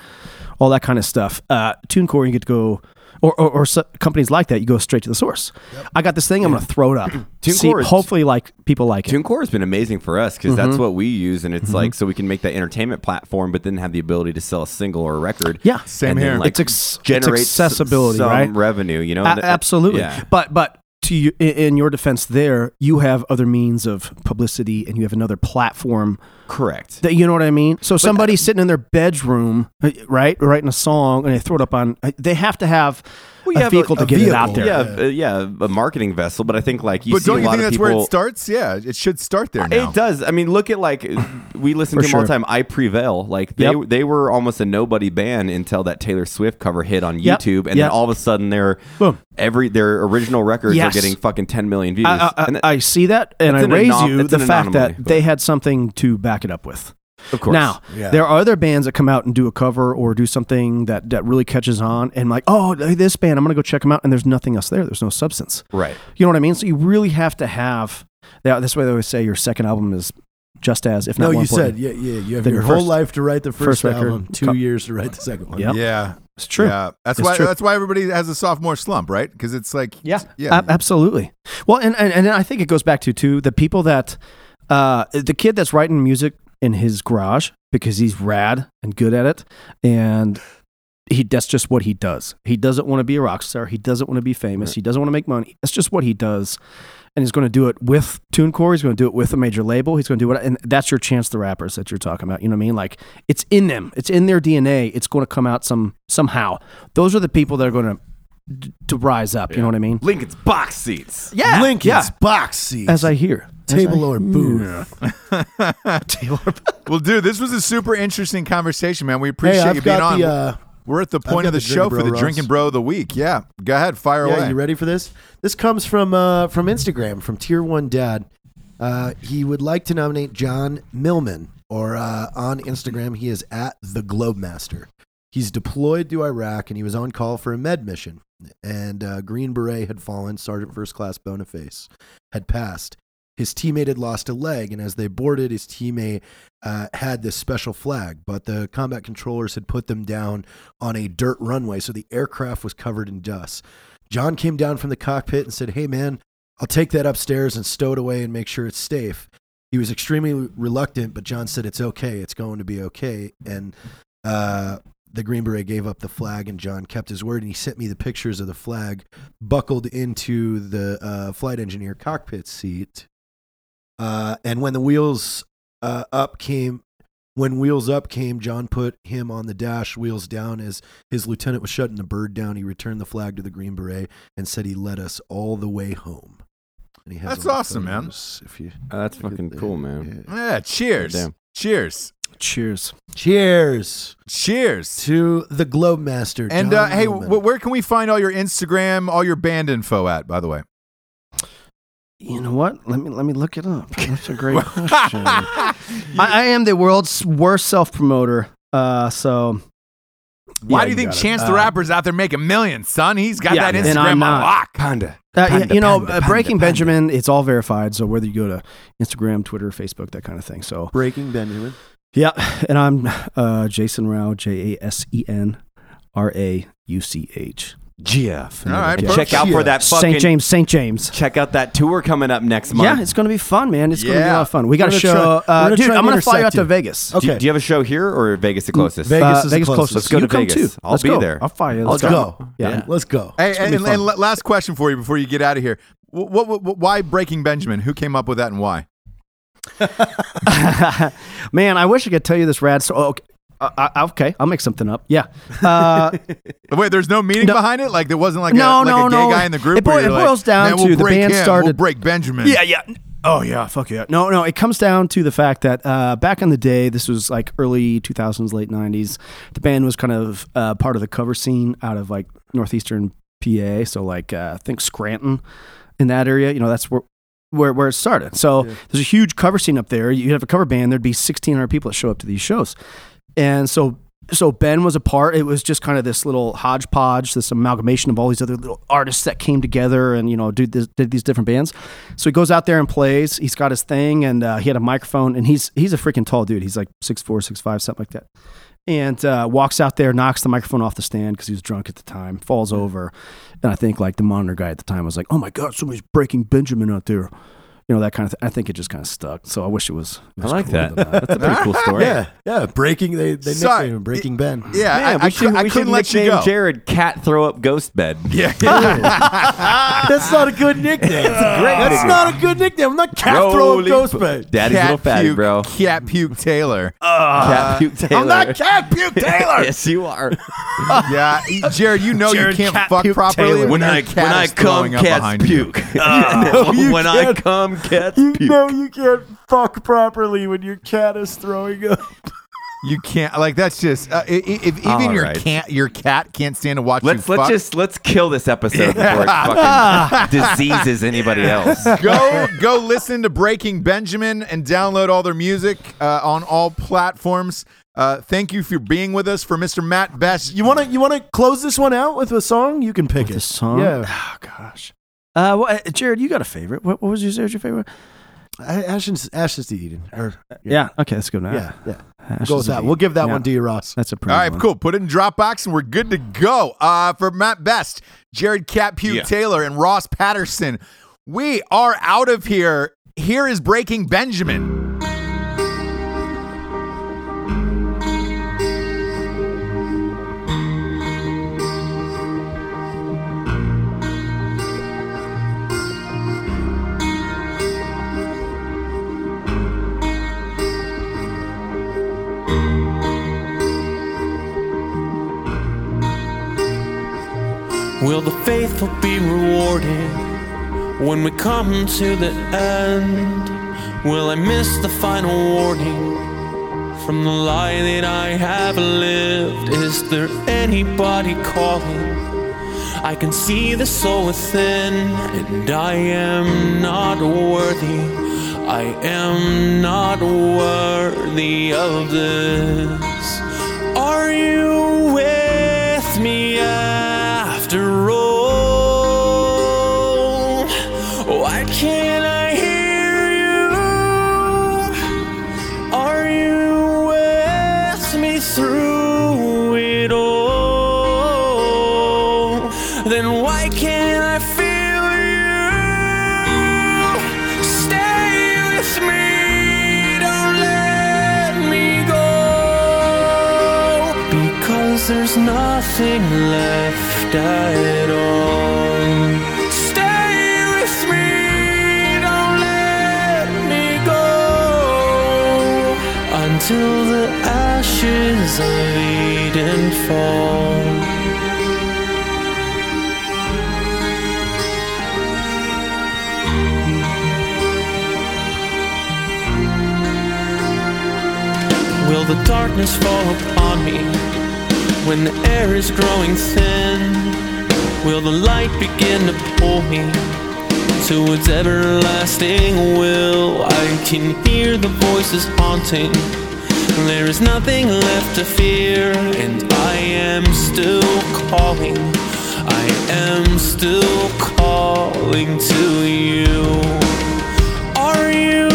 Speaker 5: all that kind of stuff uh tunecore you get to go or, or, or so, companies like that, you go straight to the source. I got this thing. I'm going to throw it up. See,
Speaker 2: TuneCore is-
Speaker 5: hopefully, like people like it.
Speaker 2: TuneCore has been amazing for us because that's what we use, and it's like so we can make that entertainment platform, but then have the ability to sell a single or a record.
Speaker 5: Yeah.
Speaker 4: Same
Speaker 2: and
Speaker 4: here.
Speaker 2: Then, like,
Speaker 5: It's ex- it's
Speaker 2: generate s-
Speaker 5: accessibility,
Speaker 2: some
Speaker 5: right?
Speaker 2: revenue. You know,
Speaker 5: A-
Speaker 2: And that-
Speaker 5: absolutely.
Speaker 2: Yeah.
Speaker 5: But but to you, in- in your defense, there you have other means of publicity, and you have another platform.
Speaker 2: Correct.
Speaker 5: That you know what I mean. So somebody sitting in their bedroom, uh, right, writing a song, and they throw it up on. uh, They have to have
Speaker 2: Well, you
Speaker 5: a
Speaker 2: have a-
Speaker 5: vehicle to
Speaker 2: a
Speaker 5: get it out
Speaker 3: vehicle.
Speaker 5: there.
Speaker 2: Yeah, uh, yeah, a marketing vessel. But I think like you
Speaker 4: but
Speaker 2: see
Speaker 4: don't
Speaker 2: a
Speaker 4: you
Speaker 2: lot
Speaker 4: think
Speaker 2: of
Speaker 4: that's
Speaker 2: people.
Speaker 4: where it starts? Yeah, it should start there now.
Speaker 2: It does. I mean, look at like we listen
Speaker 5: For
Speaker 2: to them all
Speaker 5: sure.
Speaker 2: the time. I prevail. Like they
Speaker 5: Yep.
Speaker 2: they were almost a nobody band until that Taylor Swift cover hit on
Speaker 5: Yep.
Speaker 2: YouTube, and then
Speaker 5: Yep.
Speaker 2: all of a sudden they're
Speaker 5: Boom.
Speaker 2: every their original records
Speaker 5: Yes. Uh,
Speaker 2: are getting fucking ten million views.
Speaker 5: I, I,
Speaker 2: and that-
Speaker 5: I see that, and I
Speaker 2: It's an
Speaker 5: raise
Speaker 2: anom-
Speaker 5: you
Speaker 2: it's
Speaker 5: the
Speaker 2: an
Speaker 5: fact
Speaker 2: anomaly,
Speaker 5: that they had something to back it up with.
Speaker 2: of course.
Speaker 5: Now,
Speaker 3: Yeah.
Speaker 5: there are other bands that come out and do a cover or do something that, that really catches on and like, oh, this band, I'm going to go check them out. And there's nothing else there. There's no substance.
Speaker 2: right.
Speaker 5: You know what I mean? So you really have to have that. That's why they always say your second album is just as, if not
Speaker 3: No,
Speaker 5: more
Speaker 3: you
Speaker 5: important.
Speaker 3: said yeah, yeah. You have
Speaker 5: Then
Speaker 3: your
Speaker 5: your
Speaker 3: whole
Speaker 5: first-
Speaker 3: life to write the first,
Speaker 5: first record.
Speaker 3: album, two
Speaker 5: Co-
Speaker 3: years to write the second one.
Speaker 5: Yep.
Speaker 4: Yeah,
Speaker 5: It's true.
Speaker 4: Yeah, that's
Speaker 5: It's
Speaker 4: why.
Speaker 5: true.
Speaker 4: That's why everybody has a sophomore slump, right? Because it's like
Speaker 5: Yeah,
Speaker 4: yeah.
Speaker 5: ab- absolutely. Well, and, and and I think it goes back to too the people that uh, the kid that's writing music in his garage because he's rad and good at it, and he that's just what he does. He doesn't want to be a rock star. He doesn't want to be famous. He doesn't want to make money. That's just what he does, and he's going to do it with TuneCore. He's going to do it with a major label. He's going to do it, and that's your chance. The rappers that you're talking about, you know what I mean? Like it's in them. It's in their DNA. It's going to come out some somehow. Those are the people that are going to to rise up. You know what I mean?
Speaker 2: Lincoln's box seats.
Speaker 5: Yeah,
Speaker 3: Lincoln's
Speaker 5: yeah.
Speaker 3: box seat,
Speaker 5: As I hear,
Speaker 3: table or booth.
Speaker 4: Well, dude, this was a super interesting conversation, man. We
Speaker 3: Hey,
Speaker 4: appreciate you
Speaker 3: I've
Speaker 4: being
Speaker 3: got
Speaker 4: on.
Speaker 3: the. Uh,
Speaker 4: We're at the point
Speaker 3: got
Speaker 4: of
Speaker 3: the
Speaker 4: the,
Speaker 3: Drinking
Speaker 4: show for
Speaker 3: Bro,
Speaker 4: the
Speaker 3: Ross.
Speaker 4: drinking bro of the week. Yeah, go ahead, fire
Speaker 3: yeah,
Speaker 4: away.
Speaker 3: you ready for this? This comes from uh, from Instagram from Tier One Dad. Uh, he would like to nominate John Millman, or uh, on Instagram he is at the Globemaster. He's deployed to Iraq and he was on call for a med mission. And uh, Green Beret had fallen. Sergeant First Class Boniface had passed. His teammate had lost a leg, and as they boarded, his teammate uh, had this special flag, but the combat controllers had put them down on a dirt runway, so the aircraft was covered in dust. John came down from the cockpit and said, Hey, man, I'll take that upstairs and stow it away and make sure it's safe. He was extremely reluctant, but John said, It's okay. It's going to be okay. And uh, the Green Beret gave up the flag, and John kept his word. And he sent me the pictures of the flag buckled into the uh, flight engineer cockpit seat. Uh, and when the wheels uh, up came, when wheels up came, John put him on the dash, wheels down as his lieutenant was shutting the bird down. He returned the flag to the Green Beret and said he led us all the way home. And he has
Speaker 4: That's
Speaker 3: all the
Speaker 4: awesome, man.
Speaker 3: photos If you
Speaker 2: Oh, that's fucking cool, man.
Speaker 3: Yeah.
Speaker 4: Yeah, cheers.
Speaker 2: Damn.
Speaker 4: Cheers.
Speaker 5: Cheers.
Speaker 3: Cheers
Speaker 4: Cheers.
Speaker 3: to the Globemaster.
Speaker 4: And uh,
Speaker 3: John
Speaker 4: hey,
Speaker 3: Millman.
Speaker 4: wh- where can we find all your Instagram, all your band info at, by the way?
Speaker 5: You know what? Let me let me look it up. That's a great question. I, I am the world's worst self promoter. Uh, so
Speaker 4: Why do
Speaker 5: Yeah,
Speaker 4: you
Speaker 5: you
Speaker 4: think
Speaker 5: got it.
Speaker 4: Chance the
Speaker 5: Uh,
Speaker 4: Rapper's out there making millions, son? He's got
Speaker 5: Yeah,
Speaker 4: that
Speaker 5: and I'm
Speaker 4: Instagram on
Speaker 5: not.
Speaker 4: lock.
Speaker 2: Panda.
Speaker 5: Uh, yeah,
Speaker 2: Panda,
Speaker 5: you know,
Speaker 2: panda,
Speaker 5: uh,
Speaker 2: panda,
Speaker 5: Breaking
Speaker 2: panda.
Speaker 5: Benjamin, it's all verified. So whether you go to Instagram, Twitter, Facebook, that kind of thing. So
Speaker 3: Breaking Benjamin.
Speaker 5: Yeah, and I'm uh, Jason Rao, J A S E N R A U C H. GF.
Speaker 4: All right,
Speaker 5: Yeah.
Speaker 4: perfect.
Speaker 2: Check out for that fucking
Speaker 5: St. James, St. James.
Speaker 2: Check out that tour coming up next month.
Speaker 5: Yeah, it's going to be fun, man. It's going to be
Speaker 4: Yeah.
Speaker 5: a lot of fun. We got a
Speaker 3: gonna
Speaker 5: show.
Speaker 3: try- we're
Speaker 5: uh,
Speaker 3: gonna
Speaker 5: dude,
Speaker 3: try
Speaker 5: I'm
Speaker 3: and
Speaker 5: going to fly you out
Speaker 3: intersect
Speaker 5: to
Speaker 3: you.
Speaker 5: Vegas.
Speaker 2: Do,
Speaker 3: Okay.
Speaker 2: do you have a show here or Vegas the closest?
Speaker 3: Vegas.
Speaker 5: Uh,
Speaker 3: is the
Speaker 5: Vegas
Speaker 3: closest.
Speaker 5: closest.
Speaker 2: Let's go
Speaker 5: You
Speaker 2: to
Speaker 5: come
Speaker 2: Vegas.
Speaker 5: too.
Speaker 2: I'll
Speaker 5: Let's
Speaker 2: be
Speaker 5: go.
Speaker 2: there.
Speaker 5: I'll fly you.
Speaker 3: Let's
Speaker 5: Let's
Speaker 3: go.
Speaker 5: Yeah.
Speaker 3: Yeah, let's go.
Speaker 4: Hey,
Speaker 3: It's gonna
Speaker 4: and,
Speaker 3: be
Speaker 4: and,
Speaker 3: fun.
Speaker 4: la- last question for you before you get out of here. What, what, what, why Breaking Benjamin? Who came up with that and why?
Speaker 5: Man, I wish I could tell you this rad story. Oh, okay. Uh, I, okay, I'll make something up. Yeah. Uh,
Speaker 4: Wait, there's no meaning behind it. Like there wasn't like a,
Speaker 5: No,
Speaker 4: like
Speaker 5: no,
Speaker 4: a gay
Speaker 5: no.
Speaker 4: guy in the group.
Speaker 5: It boi-
Speaker 4: where you're
Speaker 5: it
Speaker 4: like,
Speaker 5: boils down
Speaker 4: "Man, we'll
Speaker 5: to the
Speaker 4: break
Speaker 5: band
Speaker 4: him. We'll
Speaker 5: started-
Speaker 4: break Benjamin.
Speaker 5: Yeah, yeah. Oh yeah, fuck yeah. No, no, it comes down to the fact that uh, back in the day, this was like early 2000s, late 90s. The band was kind of uh, part of the cover scene out of like northeastern PA, so like uh, I think Scranton in that area. You know, that's where. Where, where it started. So there's a huge cover scene up there. You'd have a cover band, there'd be 1,600 people that show up to these shows. And so so Ben was a part. It was just kind of this little hodgepodge, this amalgamation of all these other little artists that came together and you know did, this, did these different bands. So he goes out there and plays. He's got his thing, and uh, he had a microphone, and he's he's a freaking tall dude. He's like six four, six five, something like that. And uh, walks out there, knocks the microphone off the stand because he was drunk at the time, falls over, and I think like the monitor guy at the time was like, "Oh my god, somebody's breaking Benjamin out there," you know that kind of. thing. I think it just kind of stuck. So I wish it was. it
Speaker 2: I
Speaker 5: was
Speaker 2: like
Speaker 5: cooler
Speaker 2: that.
Speaker 5: than
Speaker 2: That's a pretty cool story.
Speaker 3: Yeah, yeah. Breaking they they
Speaker 4: Sorry.
Speaker 3: nicknamed him Breaking Ben.
Speaker 4: yeah.
Speaker 2: Man,
Speaker 4: I,
Speaker 2: we
Speaker 4: I,
Speaker 2: should,
Speaker 4: cou- I
Speaker 2: we should
Speaker 4: couldn't let you
Speaker 2: nickname
Speaker 4: go.
Speaker 2: Jared Cat Throw Up Ghost Bed.
Speaker 4: Yeah, yeah.
Speaker 3: That's not a good nickname. That's
Speaker 2: nickname.
Speaker 3: not a good nickname. I'm not cat throwing
Speaker 2: Roly-
Speaker 3: ghost bait.
Speaker 2: Daddy's a little fatty,
Speaker 4: puke,
Speaker 2: bro.
Speaker 4: Cat puke Taylor.
Speaker 2: cat puke Taylor.
Speaker 4: I'm not cat puke Taylor.
Speaker 2: yes, you are.
Speaker 4: yeah, e, Jared, you know
Speaker 5: Jared
Speaker 4: you can't
Speaker 5: Cat
Speaker 4: fuck
Speaker 5: Puke
Speaker 4: properly
Speaker 5: Taylor.
Speaker 4: when, your cat
Speaker 2: when I
Speaker 4: is throwing
Speaker 2: come,
Speaker 4: up
Speaker 2: cats
Speaker 4: behind you.
Speaker 2: puke. when I
Speaker 3: can't.
Speaker 2: come, cats
Speaker 3: You
Speaker 2: puke.
Speaker 3: know you can't fuck properly when your cat is throwing up.
Speaker 4: You can't like that's just uh, i- i- if even
Speaker 2: All
Speaker 4: your
Speaker 2: right.
Speaker 4: cat your cat can't stand to watch
Speaker 2: Let's
Speaker 4: you
Speaker 2: let's
Speaker 4: fuck.
Speaker 2: just let's kill this episode before it fucking diseases anybody else.
Speaker 4: go go listen to Breaking Benjamin and download all their music uh, on all platforms. Uh, thank you for being with us for Mr. Matt Best.
Speaker 3: You wanna you wanna close this one out with a song? You can pick
Speaker 5: The
Speaker 3: it.
Speaker 5: song.
Speaker 3: Yeah.
Speaker 5: Oh gosh. Uh, well, uh, Jared, you got a favorite? What, what was your, Jared, your favorite?
Speaker 3: A- Ashes Ashes to Eden. Or,
Speaker 5: Yeah. Okay, that's good.
Speaker 3: yeah, yeah.
Speaker 5: Ashes
Speaker 3: Go with
Speaker 5: of
Speaker 3: that.
Speaker 5: Eden.
Speaker 3: We'll give that
Speaker 5: Yeah.
Speaker 3: one to you, Ross.
Speaker 5: That's a pretty.
Speaker 4: All right,
Speaker 5: one.
Speaker 4: cool. Put it in Dropbox and we're good to go. Uh, for Matt Best, Jared Cat Pugh Taylor, and Ross Patterson, we are out of here. Here is Breaking Benjamin.
Speaker 6: Will the faithful be rewarded when we come to the end? Will I miss the final warning from the lie that I have lived? Is there anybody calling? I can see the soul within, and I am not worthy. I am not worthy of this. Are you with me after all? Why can't I hear you? Are you with me through it all? Then why can't I feel you? Stay with me, don't let me go. Because there's nothing left at all. Stay with me, don't let me go until the ashes of Eden fall. Will the darkness fall upon me when the air is growing thin? Will the light begin to pull me to its everlasting will? I can hear the voices haunting. There is nothing left to fear, and I am still calling. I am still calling to you. Are you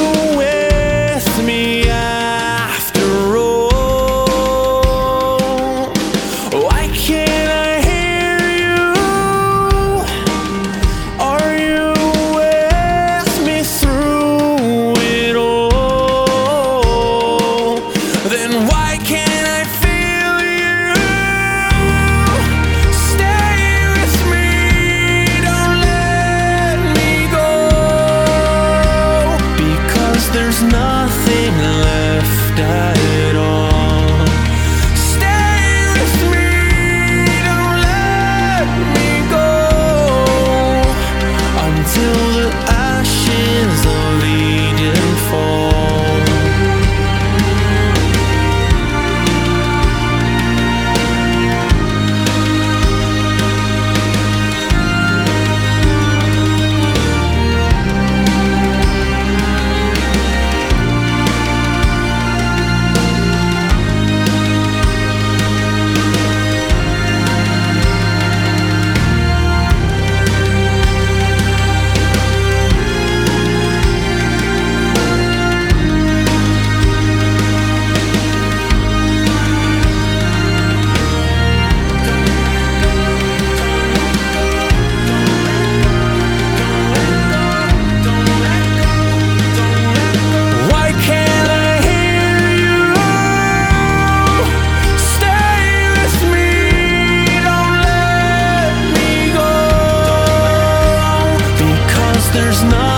Speaker 6: with me after there's not